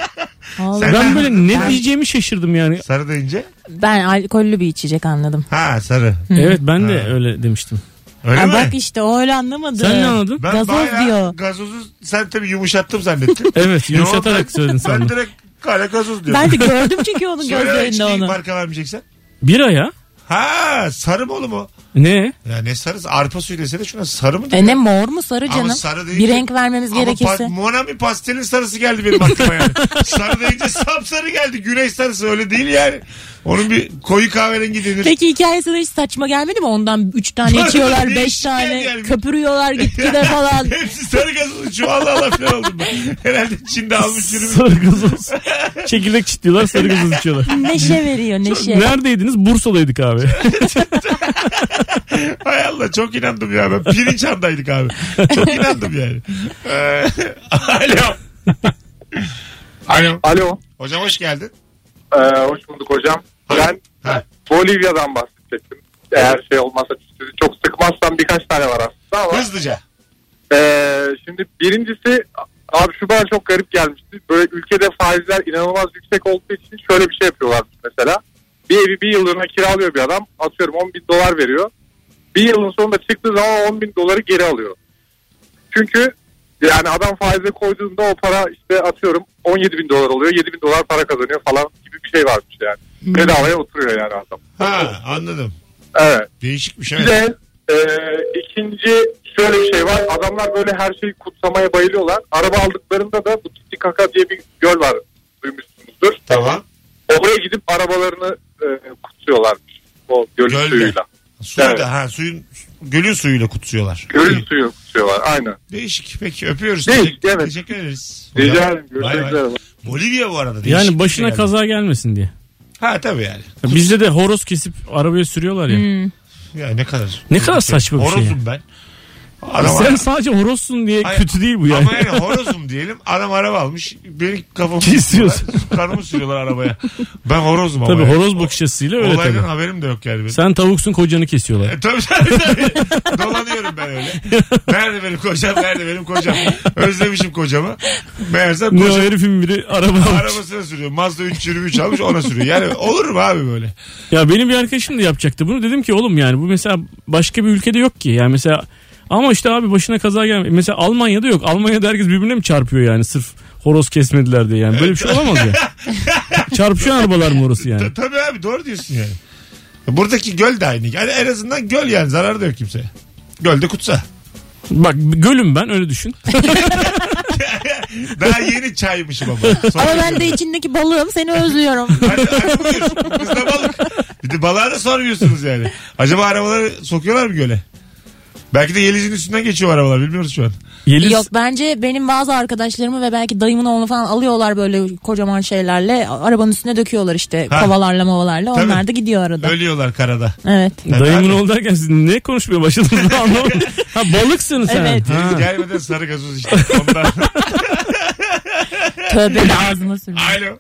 S4: Vallahi
S3: Ben böyle ne diyeceğimi şaşırdım yani.
S2: Sarı deyince?
S4: ben alkollü bir içecek anladım.
S2: Ha sarı.
S3: Evet ben de öyle demiştim.
S2: Öyle
S4: Ha,
S2: mi?
S4: bak işte o öyle anlamadı.
S3: Sen ne anladın?
S2: ben
S4: gazoz
S2: bayağı
S4: diyor.
S2: Gazozu sen tabii yumuşattım zannettin.
S3: (laughs) Evet yumuşatarak söyledin
S2: ben
S3: sandım.
S2: direkt kara gazoz diyorum.
S4: Ben de gördüm
S2: (laughs)
S4: çünkü onun gözlerinde
S2: hiç
S4: onu.
S2: marka vermeyeceksen.
S3: Bira ya.
S2: Ha sarı mı oğlum o?
S3: Ne?
S2: Ya ne sarısı? Arpa suyu desene şuna sarı mı? diyor?
S4: E ne mor mu sarı canım?
S2: sarı deyince-
S4: bir renk vermemiz
S2: Ama
S4: gerekirse.
S2: pa- Monami pastelin sarısı geldi benim aklıma
S4: (laughs)
S2: yani. sarı deyince sapsarı geldi. Güneş sarısı öyle değil yani. Onun bir koyu kahverengi denir.
S4: Peki hikayesi de hiç saçma gelmedi mi? Ondan 3 tane
S2: Bana
S4: içiyorlar,
S2: hiç
S4: 5 tane
S2: gelmedi. (laughs)
S4: köpürüyorlar gitgide falan.
S2: Hepsi sarı gazoz içiyor. Allah Allah falan oldum ben. Herhalde Çin'de almış yürümüş.
S4: (laughs)
S3: Sarı gazoz. Çekirdek çitliyorlar sarı gazoz içiyorlar.
S4: Neşe veriyor neşe.
S3: Neredeydiniz? Bursa'daydık abi.
S2: Şey, (laughs) Hay Allah çok inandım ya ben. Pirinç andaydık abi. Çok inandım yani. Ee, (laughs) Alo. Alo.
S11: Alo.
S2: Hocam hoş geldin.
S11: Ee, hoş bulduk hocam. Ben
S2: Ha.
S11: Bolivya'dan bahsedecektim. Eğer şey olmazsa sizi çok sıkmazsam birkaç tane var aslında ama.
S2: Hızlıca.
S11: Ee, şimdi birincisi abi şu bana çok garip gelmişti. Böyle ülkede faizler inanılmaz yüksek olduğu için şöyle bir şey yapıyorlar mesela. Bir evi bir yıllığına kiralıyor bir adam. Atıyorum 10 bin dolar veriyor. Bir yılın sonunda çıktığı zaman 10 bin doları geri alıyor. Çünkü yani adam faize koyduğunda o para işte atıyorum 17 bin dolar oluyor. 7 bin dolar para kazanıyor falan gibi bir şey varmış yani. Bedavaya oturuyor yani adam.
S2: Ha anladım.
S11: Evet.
S2: Değişikmiş
S11: Bir
S2: evet.
S11: de e, ikinci şöyle bir şey var. Adamlar böyle her şeyi kutsamaya bayılıyorlar. Araba aldıklarında da bu Titicaca diye bir göl var. Duymuşsunuzdur.
S2: Tamam.
S11: Oraya gidip arabalarını e, kutsuyorlarmış. O gölün
S2: Gölde.
S11: suyuyla.
S2: Suyu
S11: Evet.
S2: da ha suyun gölün suyuyla kutsuyorlar.
S11: Gölün suyu kutsuyorlar. Aynen.
S2: Değişik. Peki öpüyoruz.
S11: Değişik,
S2: Teşekkür,
S11: evet.
S2: teşekkür ederiz.
S11: Rica
S2: Hocam,
S11: ederim. Görüşmek
S2: bay bay.
S11: üzere.
S2: Bolivya bu arada. değişik
S3: Yani
S2: bir
S3: başına
S2: şey
S3: kaza gelmesin diye.
S2: Ha tabii yani.
S3: Bizde de horoz kesip arabaya sürüyorlar ya.
S4: Hmm.
S2: Ya ne kadar.
S3: Ne kadar saçma bir şey
S2: Horozum ben. Adam
S3: Sen sadece horozsun diye
S2: Hayır.
S3: kötü değil bu yani.
S2: Ama yani horozum diyelim. Adam araba almış. Benim kafamı
S3: Şey Kesiyorsun.
S2: sürüyorlar, Kanımı sürüyorlar arabaya. Ben horozum ama.
S3: Tabii
S2: yani.
S3: horoz bakış açısıyla öyle
S2: Olaydan
S3: tabii.
S2: haberim de yok yani benim.
S3: Sen tavuksun kocanı kesiyorlar.
S2: E, tabii tabii tabii. Dolanıyorum ben öyle. Nerede benim kocam? Nerede benim kocam? Özlemişim kocamı. Meğerse
S3: Ne o
S2: kocam
S3: herifin biri araba almış.
S2: arabasına sürüyor. Mazda 323 almış ona sürüyor. Yani olur mu abi böyle?
S3: Ya benim bir arkadaşım da yapacaktı bunu. Dedim ki oğlum yani bu mesela başka bir ülkede yok ki. Yani mesela ama işte abi başına kaza gelmiyor. Mesela Almanya'da yok. Almanya'da herkes birbirine mi çarpıyor yani sırf horoz kesmediler diye yani. Böyle bir şey olamaz
S2: (laughs)
S3: ya. Çarpışan arabalar mı orası yani?
S2: Ta- tabii abi doğru diyorsun yani. Buradaki göl de aynı. Yani en azından göl yani zarar da yok kimseye. Gölde kutsa.
S3: Bak gölüm ben öyle düşün.
S2: Daha yeni çaymışım ama. Sonra-
S4: Ama ben de içindeki balığım seni özlüyorum.
S2: Hadi, hadi buyur. Biz de balık. Bir de balığa da sormuyorsunuz yani. Acaba arabaları sokuyorlar mı göle? Belki de Yeliz'in üstünden geçiyor arabalar bilmiyoruz şu an.
S3: Yeliz
S4: Yok bence benim bazı arkadaşlarımı ve belki dayımın oğlunu falan alıyorlar böyle kocaman şeylerle. Arabanın üstüne döküyorlar işte
S2: Ha.
S4: kovalarla movalarla.
S2: Tabii.
S4: Onlar da gidiyor arada.
S2: Ölüyorlar karada.
S4: Evet.
S3: dayımın oğlu derken siz ne konuşmaya başladınız da anlamadım. Ha balıksın sen.
S4: Evet.
S3: Ha.
S2: Yeliz gelmeden sarı gazoz işte. Ondan.
S4: Tövbe de ağzıma sürme.
S2: Alo.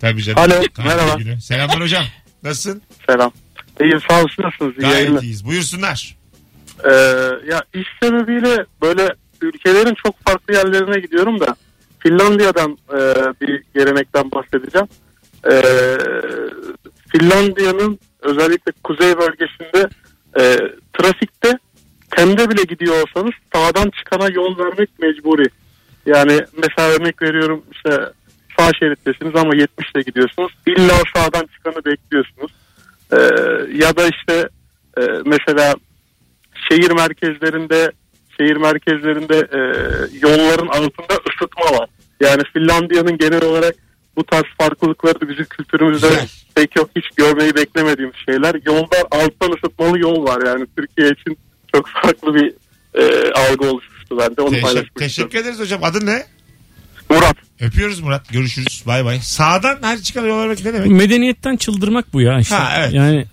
S2: Tabii canım.
S5: Alo,
S2: Tatil
S5: merhaba.
S2: günü. Selamlar hocam. Nasılsın?
S5: Selam. İyiyim sağ olsun nasılsınız? İyi
S2: Gayet
S5: yayınlar.
S2: iyiyiz. Buyursunlar.
S5: Ee, ya iş sebebiyle böyle ülkelerin çok farklı yerlerine gidiyorum da Finlandiya'dan e, bir gelenekten bahsedeceğim. Ee, Finlandiya'nın özellikle kuzey bölgesinde e, trafikte temde bile gidiyor olsanız sağdan çıkana yol vermek mecburi.
S12: Yani mesela örnek veriyorum işte sağ şerittesiniz ama 70 ile gidiyorsunuz. İlla o sağdan çıkanı bekliyorsunuz. Ee, ya da işte e, mesela şehir merkezlerinde şehir merkezlerinde e, yolların altında ısıtma var. Yani Finlandiya'nın genel olarak bu tarz farklılıkları bizim kültürümüzde
S2: Güzel.
S12: pek yok hiç görmeyi beklemediğimiz şeyler. Yollar alttan ısıtmalı yol var yani Türkiye için çok farklı bir e, algı oluşmuştu bende. Onu
S2: Teşekkür,
S12: paylaşmak istiyorum.
S2: teşekkür ederiz hocam. Adın ne?
S12: Murat.
S2: Öpüyoruz Murat. Görüşürüz. Bay bay. Sağdan her çıkan yol olarak
S3: (laughs)
S2: ne demek?
S3: Medeniyetten çıldırmak bu ya işte.
S2: Ha, evet.
S3: Yani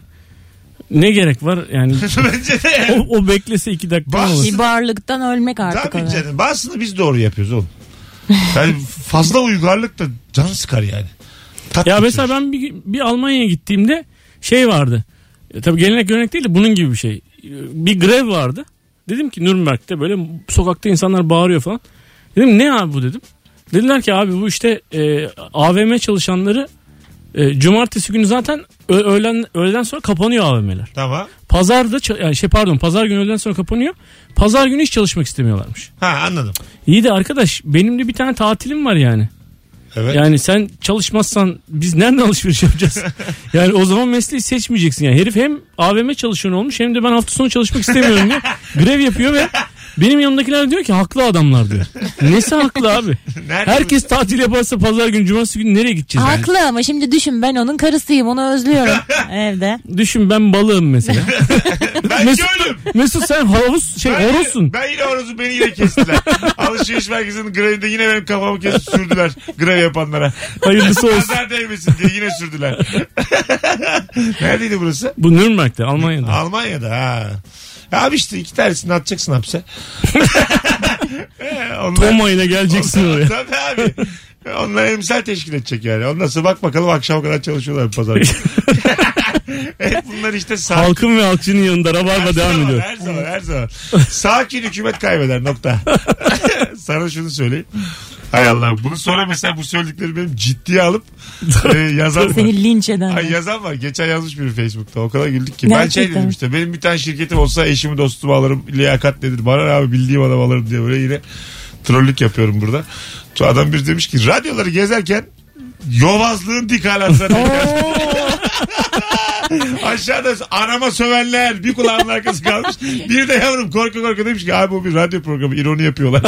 S3: ne gerek var
S2: (laughs)
S3: yani
S2: Bence de.
S3: o, o beklese iki dakika
S2: Bas.
S3: olur.
S4: Kibarlıktan ölmek artık.
S2: Tabii
S4: ona.
S2: canım. Bazısını biz doğru yapıyoruz oğlum. Yani fazla uygarlık da can sıkar yani. Tat
S3: Ya
S2: kaçırır.
S3: mesela ben bir, bir Almanya'ya gittiğimde şey vardı. E, tabii gelenek görenek değil de bunun gibi bir şey. E, Bir grev vardı. Dedim ki Nürnberg'de böyle sokakta insanlar bağırıyor falan. Dedim ne abi bu dedim. Dediler ki abi bu işte e, AVM çalışanları e, cumartesi günü zaten ö- öğlen öğleden sonra kapanıyor AVM'ler.
S2: Tamam.
S3: Pazarda ça- yani şey pardon pazar günü öğleden sonra kapanıyor. Pazar günü hiç çalışmak istemiyorlarmış.
S2: Ha anladım.
S3: İyi de arkadaş benim de bir tane tatilim var yani.
S2: Evet.
S3: Yani sen çalışmazsan biz nereden alışveriş
S2: (laughs)
S3: yapacağız? yani o zaman mesleği seçmeyeceksin. Yani herif hem AVM çalışanı olmuş hem de ben hafta sonu çalışmak istemiyorum
S2: (laughs)
S3: diye grev yapıyor ve benim yanımdakiler diyor ki haklı adamlar diyor. Nesi haklı abi?
S2: Nerede?
S3: Herkes tatil yaparsa pazar günü cumartesi günü nereye gideceğiz? yani?
S4: Haklı ama şimdi düşün ben onun karısıyım
S2: (laughs)
S4: onu özlüyorum evde.
S3: Düşün ben balığım mesela.
S2: ben
S3: Mesut,
S2: gördüm.
S3: Mesut sen havuz şey
S2: Ben-
S3: horozsun.
S2: Ben yine horozum beni
S3: (laughs)
S2: yine kestiler. Alışveriş merkezinin grevinde yine benim kafamı kesip sürdüler grev yapanlara.
S3: Hayırlısı olsun.
S2: Nazar değmesin diye yine sürdüler. (laughs) Neredeydi burası?
S3: Bu Nürnberg'de Almanya'da.
S2: Almanya'da ha. Ya Abi işte iki tanesini atacaksın hapse. (laughs) Ee, onlar-
S3: Toma ile geleceksin
S2: (laughs)
S3: oraya.
S2: Tabii abi. Onlar emsal teşkil edecek yani. Ondan sonra bak bakalım akşam kadar çalışıyorlar mı
S3: (laughs)
S2: pazar günü. Hep bunlar işte sakin.
S3: Halkın ve halkçının yanında rabarba devam ediyor.
S2: Her zaman her zaman. Sakin hükümet kaybeder nokta. (laughs) Sana şunu söyleyeyim. Hay Allah. Bunu sonra mesela bu söyledikleri benim ciddiye alıp e, yazan var.
S4: Seni linç eden.
S2: Ay yazan var. Geçen yazmış biri Facebook'ta. O kadar güldük ki. Ben şey
S4: Gerçekten.
S2: dedim işte. Benim bir tane şirketim olsa eşimi dostumu alırım. Liyakat nedir? Bana ne abi bildiğim adam alırım diye böyle yine trollük yapıyorum burada. Şu adam bir demiş ki radyoları gezerken yovazlığın dik alanlarına dikkat. Aşağıda anama sövenler bir kulağının arkası kalmış. Bir de yavrum korku korku demiş ki abi bu bir radyo programı ironi yapıyorlar.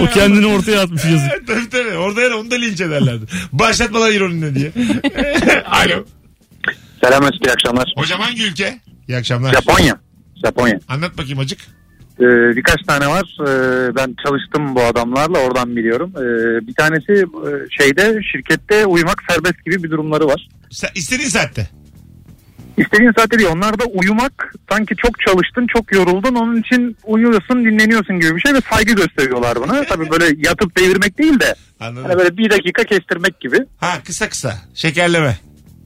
S3: O kendini ortaya atmış yazık.
S2: tabii tabii orada yani onu da linç ederlerdi. Başlatmalar ironine diye. Alo.
S12: Selam Mesut iyi akşamlar.
S2: Hocam hangi ülke? İyi akşamlar.
S12: Japonya. Japonya.
S2: Anlat bakayım acık.
S12: Ee, birkaç tane var. Ee, ben çalıştım bu adamlarla oradan biliyorum. Ee, bir tanesi e, şeyde şirkette uyumak serbest gibi bir durumları var.
S2: Sen istediğin saatte.
S12: İstediğin saatte değil. Onlarda uyumak sanki çok çalıştın, çok yoruldun. Onun için uyuyorsun, dinleniyorsun gibi bir şey ve saygı gösteriyorlar buna. Tabii böyle yatıp devirmek değil de hani
S2: Anladım.
S12: böyle bir dakika kestirmek gibi.
S2: Ha kısa kısa. Şekerleme.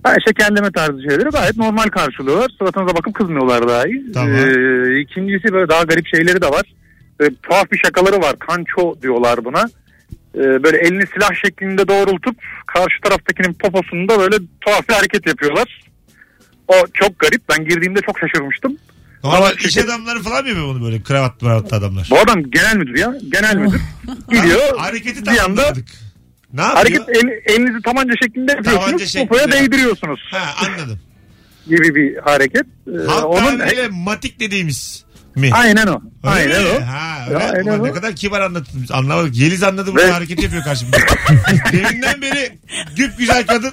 S12: Ha, şekerleme tarzı şeyleri gayet normal karşılıyorlar. Suratınıza bakıp kızmıyorlar dahi.
S2: Tamam.
S12: Ee, ikincisi böyle daha garip şeyleri de var. Böyle tuhaf bir şakaları var. Kanço diyorlar buna. Ee, böyle elini silah şeklinde doğrultup karşı taraftakinin poposunda böyle tuhaf bir hareket yapıyorlar. O çok garip. Ben girdiğimde çok şaşırmıştım.
S2: Normal
S12: Ama
S2: iş adamları falan mı yapıyor bunu böyle kravat kravatlı adamlar?
S12: Bu adam genel müdür ya. Genel müdür. Gidiyor.
S2: Hareketi
S12: bir anda
S2: tamamladık. Ne yapıyor?
S12: hareket el- elinizi tabanca şeklinde yapıyorsunuz.
S2: şeklinde.
S12: Popoya değdiriyorsunuz
S2: Ha anladım.
S12: gibi bir hareket. Ee,
S2: Halk
S12: onun
S2: tabiriyle matik dediğimiz mi?
S12: Aynen o.
S2: Öyle
S12: Aynen
S2: mi?
S12: o.
S2: Ha,
S12: Ya,
S2: öyle.
S12: aynen
S2: Ulan
S12: o.
S2: ne kadar kibar anlattın. Anlamadık. Yeliz anladı bunu
S12: Ve-
S2: hareket yapıyor
S12: (laughs)
S2: karşımda. Deminden beri güp güzel kadın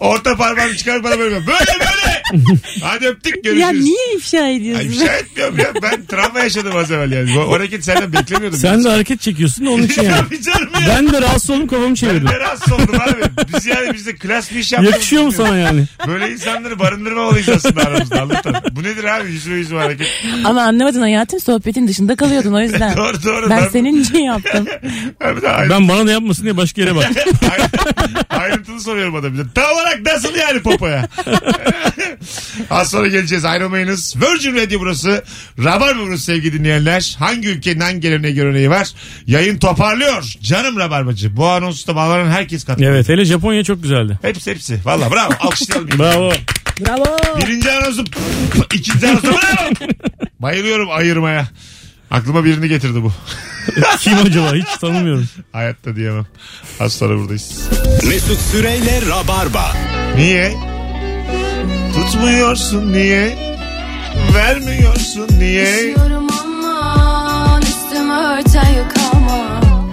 S2: orta parmağını çıkarıp bana böyle böyle böyle. Hadi öptük görüşürüz.
S4: Ya niye ifşa
S2: Ay bir
S4: ediyorsun?
S2: şey etmiyorum ya. Ben travma yaşadım az evvel yani. O, o hareket senden beklemiyordum.
S3: Sen de hareket çekiyorsun da onun için
S2: (laughs)
S3: yani.
S2: Tabii canım ya. Ben...
S3: Ben de rahatsız oldum kafamı çevirdim.
S2: Ben rahatsız oldum abi. Biz yani bizde klas bir iş yapmıyoruz.
S3: Yakışıyor mu sana yani?
S2: Böyle insanları barındırmamalıyız aslında aramızda. Anlatan. Bu nedir abi? Yüzme yüzme hareket.
S4: Ama anlamadın hayatım sohbetin dışında kalıyordun o
S2: (laughs)
S4: yüzden.
S2: Doğru doğru.
S4: ben senin
S2: (laughs)
S4: için yaptım.
S2: Abi de aynı-
S3: Ben bana da yapmasın diye başka yere bak.
S2: Ayrı- (laughs) Ayrıntılı soruyorum adamı. Tam olarak nasıl yani
S4: (laughs)
S2: popoya? Az sonra geleceğiz ayrılmayınız. Virgin Radio burası. Rabar mı burası sevgili dinleyenler? Hangi ülkenin hangi geleneği göreneği var? Yayın toparlıyor. Canım Rabarbacı. Bu anonsu da bağlanan herkes katılıyor.
S3: Evet hele Japonya çok güzeldi.
S2: Hepsi hepsi. Valla
S4: (laughs)
S2: bravo. Alkışlayalım.
S3: Bravo.
S4: Bravo.
S2: Birinci anonsu. ikinci anonsu. Bravo. Bayılıyorum ayırmaya. Aklıma birini getirdi bu. (laughs)
S3: Kim acaba hiç tanımıyorum.
S2: Hayatta diyemem. Az sonra buradayız.
S1: Mesut Süreyle Rabarba.
S2: Niye? Tutmuyorsun niye? Vermiyorsun niye?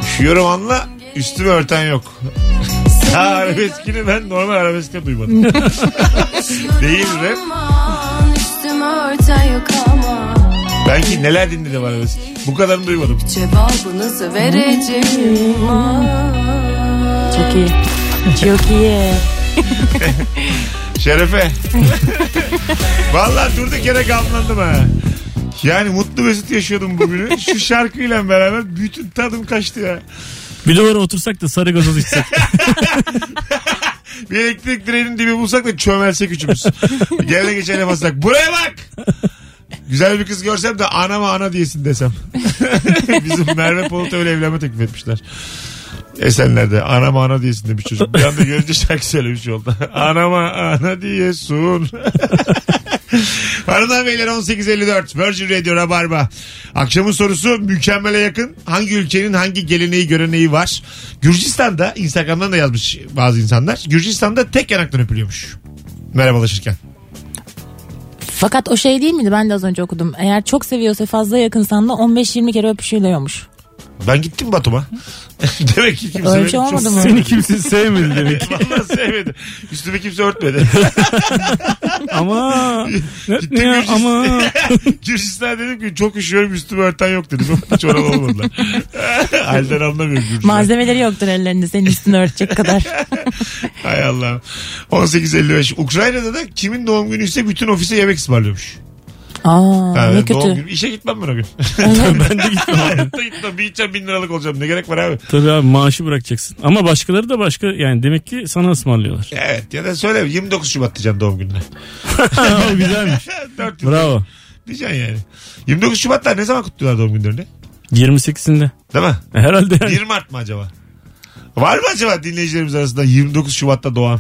S2: Üşüyorum anla üstüme örten yok. Ha arabeskini ben normal arabeskte duymadım. Değil rap. Ben ki neler dinledim arabesk. Bu kadarını duymadım.
S13: Cevabınızı vereceğim
S4: Çok iyi. Çok iyi.
S2: Şerefe. Vallahi durduk yere gamlandım ha. Yani mutlu mesut yaşıyordum bugünü. Şu şarkıyla beraber bütün tadım kaçtı ya.
S3: Bir duvara otursak da sarı gazoz (laughs) içsek.
S2: Bir elektrik direğinin dibi bulsak da çömelsek üçümüz. Gelene geçene bassak. Buraya bak! Güzel bir kız görsem de anama ana diyesin desem. (laughs) Bizim Merve Polat'a öyle evlenme teklif etmişler. Esenler'de anama ana diyesin demiş çocuk. Bir anda görünce şarkı söylemiş oldu. anama ana diyesun. Hanımlar beyler 18.54 Virgin Radio Rabarba. Akşamın sorusu mükemmele yakın. Hangi ülkenin hangi geleneği göreneği var? Gürcistan'da Instagram'dan da yazmış bazı insanlar. Gürcistan'da tek yanaktan öpülüyormuş. Merhabalaşırken.
S4: Fakat o şey değil miydi? Ben de az önce okudum. Eğer çok seviyorsa fazla yakınsan da 15-20 kere öpüşülüyormuş.
S2: Ben gittim Batum'a. (laughs) Demek ki kimse
S4: Öyle
S2: beni
S4: bir şey
S2: çok
S3: (laughs)
S4: olmadı mı?
S3: Seni kimse sevmedi demek.
S2: Vallahi sevmedi. Üstüme kimse örtmedi. (laughs)
S3: Ama
S2: Gittim
S3: ne ya,
S2: Gürcistan-
S3: ama
S2: Gürcistan'a dedim ki çok üşüyorum üstüme örten yok dedim. (laughs) Hiç oralı olmadılar. Halden anlamıyorum Gürcistan.
S4: Malzemeleri yoktur ellerinde senin üstünü
S2: (laughs)
S4: örtecek kadar.
S2: Hay Allah. 18.55. Ukrayna'da da kimin doğum günü ise bütün ofise yemek ısmarlıyormuş.
S4: Aa
S2: Ha,
S4: ne
S2: ben doğum
S4: kötü.
S2: günü- İşe gitmem ben o gün. (laughs)
S3: ben de gitmem.
S2: Hayatta gitmem. Bir içeceğim bin liralık olacağım. Ne gerek var abi?
S3: Tabii abi maaşı bırakacaksın. Ama başkaları da başka yani demek ki sana (laughs) ısmarlıyorlar.
S2: Evet ya da söyle 29 Şubat diyeceğim doğum gününe. (laughs)
S3: O güzelmiş.
S2: 4 yıl
S3: Bravo.
S2: diyeceksin yani. 29 Şubat'ta ne zaman kutluyorlar doğum günlerini?
S3: 28'inde.
S2: Değil mi?
S3: E, Herhalde yani.
S2: 1 Mart mı acaba? Var mı acaba dinleyicilerimiz arasında 29 Şubat'ta doğan?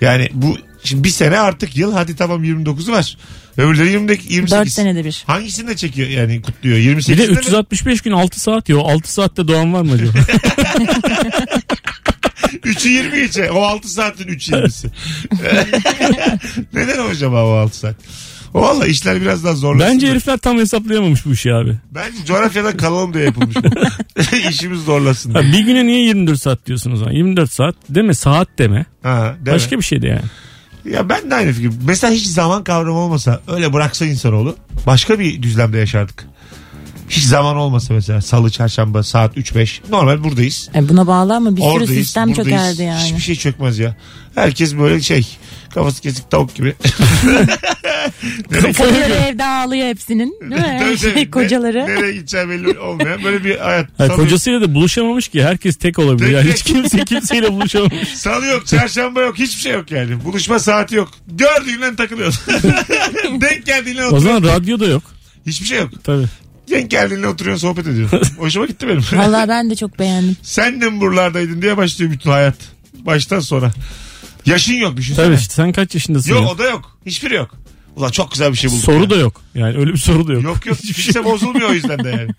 S2: Yani bu şimdi bir sene artık yıl hadi tamam 29'u var. Öbürleri 20, 28.
S4: 4 senede bir.
S2: Hangisini de çekiyor yani kutluyor?
S3: Bir
S2: 28
S3: de 365 gün 6 saat ya. 6 saatte doğan var mı (laughs) acaba?
S2: 3'ü 20 içe. O 6 saatin
S3: (laughs)
S2: 3'ü 20'si. Neden o acaba o 6 saat? Valla işler biraz daha zorlaşsın.
S3: Bence herifler tam hesaplayamamış bu işi abi.
S2: Bence coğrafyadan kalalım diye yapılmış bu. (laughs) İşimiz zorlasın
S3: Ha,
S2: diye.
S3: bir güne niye 24 saat diyorsun o zaman? 24 saat deme saat deme.
S2: Ha, değil mi?
S3: Başka bir şey de yani.
S2: Ya ben de aynı fikir. Mesela hiç zaman kavramı olmasa öyle bıraksa insanoğlu başka bir düzlemde yaşardık. Hiç zaman olmasa mesela salı çarşamba saat 3-5 normal buradayız.
S4: E buna bağlı ama bir sürü
S2: Oradayız,
S4: sistem
S2: buradayız.
S4: çökerdi yani.
S2: Hiçbir şey çökmez ya. Herkes böyle şey kafası kesik tavuk
S4: (laughs)
S2: gibi.
S4: Kadınları evde ağlıyor hepsinin. Değil mi?
S2: (laughs) Tabii tabii.
S4: Şey, kocaları.
S2: Ne- nereye gideceği belli olmayan böyle bir hayat.
S3: Ha,
S2: Salı-
S3: kocasıyla da buluşamamış ki. Herkes tek olabilir. Yani hiç kimse kimseyle buluşamamış.
S2: Salı yok, çarşamba yok, hiçbir şey yok yani. Buluşma saati yok. Gördüğünle
S4: (laughs)
S2: takılıyorsun. Denk
S3: (laughs)
S2: geldiğinle
S3: O
S2: oturuyorsun.
S3: zaman radyo da yok.
S2: Hiçbir şey yok.
S3: Tabii.
S2: Denk geldiğinle oturuyorsun, sohbet ediyorsun. Hoşuma gitti benim.
S4: Vallahi ben de çok beğendim.
S2: (laughs) Sen de mi buralardaydın diye başlıyor bütün hayat. Baştan sonra. Yaşın yok düşünsene.
S3: Tabii işte sen kaç yaşındasın?
S2: Yok
S3: ya?
S2: o da yok. Hiçbiri yok. Ulan çok güzel bir şey bulduk.
S3: Soru
S2: ya.
S3: da yok. Yani öyle bir soru da yok.
S2: Yok (laughs) şey yok kimse bozulmuyor o yüzden de (laughs) yani.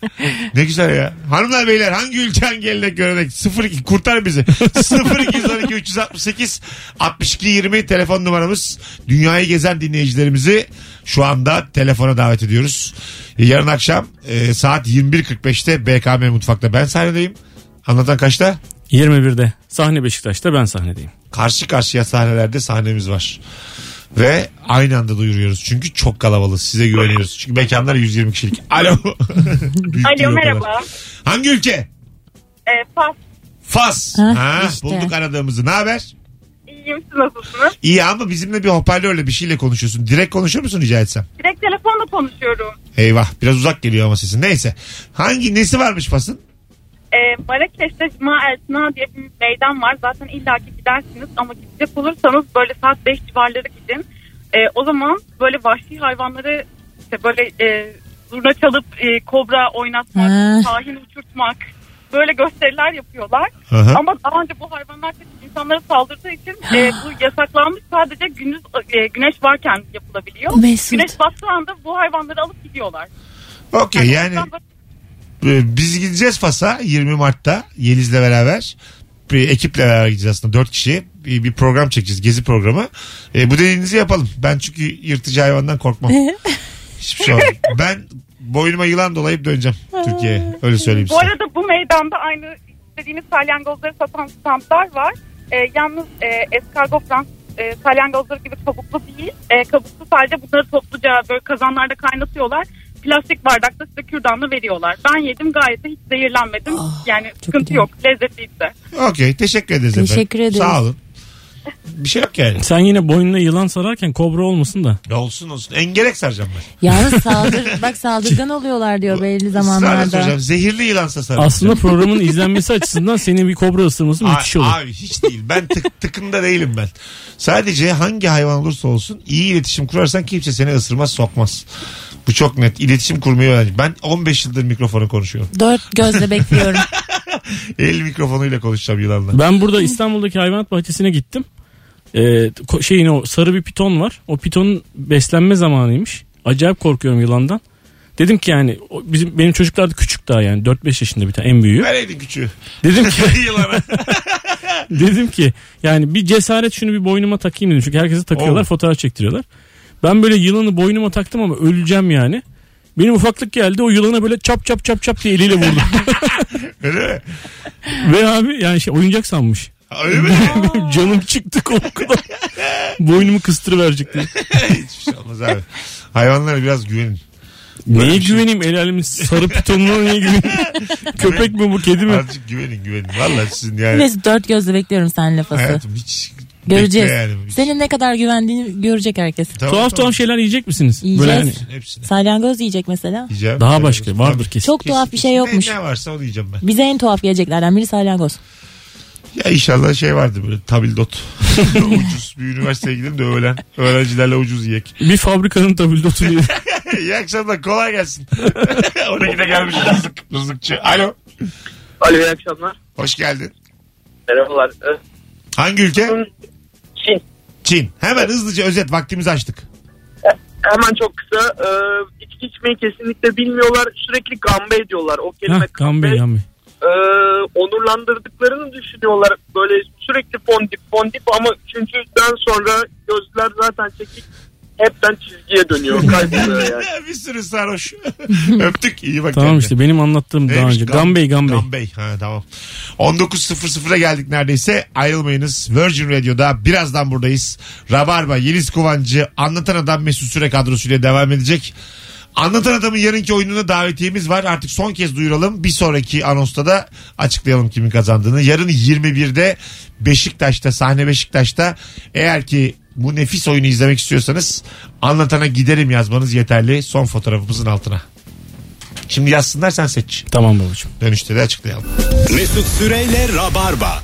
S2: Ne güzel ya. Hanımlar beyler hangi ülken gelenek görenek 02 kurtar (laughs) bizi. 0212 368 62 20 telefon numaramız. Dünyayı gezen dinleyicilerimizi şu anda telefona davet ediyoruz. Yarın akşam e, saat 21.45'te BKM Mutfak'ta ben sahnedeyim. Anlatan kaçta?
S3: 21'de sahne Beşiktaş'ta ben sahnedeyim.
S2: karşı karşıya sahnelerde sahnemiz var. Ve aynı anda duyuruyoruz. Çünkü çok kalabalık. Size güveniyoruz. Çünkü mekanlar 120 kişilik. (laughs) Alo. Büyük değil
S10: Alo
S2: o kadar.
S10: merhaba.
S2: Hangi ülke?
S10: Ee, Fas.
S2: Fas.
S4: Hah,
S2: ha,
S4: işte.
S2: Bulduk aradığımızı. Ne haber?
S10: İyiyim siz nasılsınız?
S2: İyi ama bizimle bir hoparlörle bir şeyle konuşuyorsun. Direkt konuşur musun rica etsem?
S10: Direkt telefonla konuşuyorum.
S2: Eyvah biraz uzak geliyor ama sesin. Neyse. Hangi nesi varmış Fas'ın?
S10: Ee, Marrakeş'te Cuma Eltina diye bir meydan var. Zaten illaki gidersiniz ama gidecek olursanız böyle saat 5 civarları gidin. Ee, o zaman böyle vahşi hayvanları işte böyle e, zurna çalıp e, kobra
S4: Ha.
S10: oynatmak, tahin uçurtmak böyle gösteriler yapıyorlar.
S2: Aha.
S10: Ama daha önce bu hayvanlar tabii ki insanlara saldırdığı için e, bu yasaklanmış sadece gündüz e, güneş varken yapılabiliyor.
S4: Mesut.
S10: Güneş battığı anda bu hayvanları alıp gidiyorlar.
S2: Okey yani
S10: o yüzden böyle
S2: Ee, Biz gideceğiz Fas'a 20 Mart'ta Yeliz'le beraber. Bir ekiple beraber gideceğiz aslında 4 kişi. Bir, bir program çekeceğiz. Gezi programı. Ee, bu dediğinizi yapalım. Ben çünkü yırtıcı hayvandan
S14: (laughs)
S2: korkmam. Hiçbir şey olmaz. Ben boynuma yılan dolayıp döneceğim Türkiye'ye. Öyle söyleyeyim
S14: Bu
S2: size.
S14: arada bu meydanda aynı istediğiniz salyangozları satan standlar var. Ee, yalnız e, eskargo Fransız e, salyangozları gibi kabuklu değil. E, kabuklu sadece bunları topluca böyle kazanlarda kaynatıyorlar. Plastik bardakta size kürdanlı veriyorlar. Ben yedim gayet de hiç zehirlenmedim. yani sıkıntı yok. Lezzetliydi.
S2: Okey. Teşekkür ederiz efendim.
S14: Teşekkür ederiz.
S2: Sağ olun. Bir şey yok yani.
S3: Sen yine boynuna yılan sararken kobra olmasın da.
S2: Ya olsun olsun. Engerek saracağım ben.
S4: Yalnız saldır, (laughs) bak saldırgan oluyorlar diyor belli
S2: Sarı
S4: zamanlarda.
S2: saracağım. Zehirli yılan saracağım.
S3: Aslında programın izlenmesi açısından senin bir kobra ısırması
S2: Abi-
S3: müthiş olur.
S2: Abi hiç değil. Ben tık, tıkında değilim ben. Sadece hangi hayvan olursa olsun iyi iletişim kurarsan kimse seni ısırmaz sokmaz. Bu çok net. İletişim kurmayı öğrendim. Ben 15 yıldır mikrofona konuşuyorum.
S4: Dört
S2: (laughs)
S4: gözle bekliyorum.
S2: El mikrofonuyla konuşacağım yılanla.
S3: Ben burada İstanbul'daki hayvanat bahçesine gittim. Ee, ko- şeyin o sarı bir piton var. O pitonun beslenme zamanıymış. Acayip korkuyorum yılandan. Dedim ki yani o bizim benim çocuklar da küçük daha yani 4-5 yaşında bir tane en büyüğü.
S2: Nereydi küçüğü? (laughs)
S3: Dedim ki
S2: Yılana.
S3: dedim ki yani bir cesaret şunu bir boynuma takayım dedim. Çünkü herkese takıyorlar
S2: Oo.
S3: fotoğraf çektiriyorlar. Ben böyle yılanı boynuma taktım ama öleceğim yani. Benim ufaklık geldi o yılana böyle çap çap çap çap diye eliyle vurdu.
S2: Öyle mi?
S3: Ve abi yani şey oyuncak sanmış.
S2: Öyle mi?
S3: (laughs) Canım çıktı korkudan. Boynumu kıstırıverecek diye.
S2: Hiçbir şey olmaz abi. Hayvanlara biraz güvenin.
S3: Neye güveneyim el alemin sarı pitonuna niye güveneyim? Köpek mi bu kedi mi?
S2: Azıcık güvenin güvenin. Valla sizin yani.
S4: Neyse dört gözle bekliyorum sen lafası.
S2: Hayatım hiç
S4: Göreceğiz.
S2: bekle yani.
S4: Senin ne kadar güvendiğini görecek herkes.
S2: Tamam,
S3: Tuhaf
S2: tamam.
S3: tuhaf şeyler yiyecek misiniz? Böyle
S4: Yiyeceğiz.
S3: hani
S2: Hepsini
S4: Salyangoz yiyecek mesela.
S2: yiyeceğim.
S3: daha başka vardır kesin.
S4: Çok tuhaf bir şey yokmuş.
S2: Ne, ne varsa onu yiyeceğim ben.
S4: Bize en tuhaf geleceklerden biri salyangoz.
S2: Ya inşallah şey vardı böyle
S3: (laughs)
S2: tabildot. ucuz bir üniversiteye gidelim de öğlen. Öğrencilerle ucuz yiyek. (laughs)
S3: Bir fabrikanın tabuldotu yiyor.
S2: İyi akşamlar kolay gelsin. (laughs) Oraya da gelmiş rızık, rızıkçı. Alo.
S15: Alo iyi akşamlar.
S2: Hoş geldin.
S15: Merhabalar. Ee,
S2: Hangi ülke?
S15: Çin.
S2: Çin. Hemen hızlıca özet vaktimizi açtık. (laughs)
S15: Hemen çok kısa. Ee, içki içmeyi kesinlikle bilmiyorlar. Sürekli gambe ediyorlar. O kelime
S3: Hah Gambe Gambe.
S15: Ee, onurlandırdıklarını düşünüyorlar. Böyle sürekli fondip fondip ama üçüncüden sonra gözler zaten çekik. Hepten çizgiye dönüyor. Kayboluyor yani.
S2: bir sürü sarhoş. (laughs) Öptük iyi bak.
S3: Tamam
S2: kendine.
S3: işte benim anlattığım daha
S2: Neymiş?
S3: önce.
S2: Gam-
S3: Gambe Gambe.
S2: Gambey. Ha, tamam. 19.00'a geldik neredeyse. Ayrılmayınız. Virgin Radio'da birazdan buradayız. Rabarba, Yeliz Kuvancı, Anlatan Adam Mesut Süre kadrosuyla devam edecek. Anlatan Adam'ın yarınki oyununa davetiyemiz var. Artık son kez duyuralım. Bir sonraki anonsta da açıklayalım kimin kazandığını. Yarın 21'de Beşiktaş'ta, sahne Beşiktaş'ta eğer ki bu nefis oyunu izlemek istiyorsanız anlatana giderim yazmanız yeterli. Son fotoğrafımızın altına. Şimdi yazsınlar sen seç.
S3: Tamam babacığım.
S2: Dönüşte de açıklayalım.
S1: Mesut Süreyle Rabarba.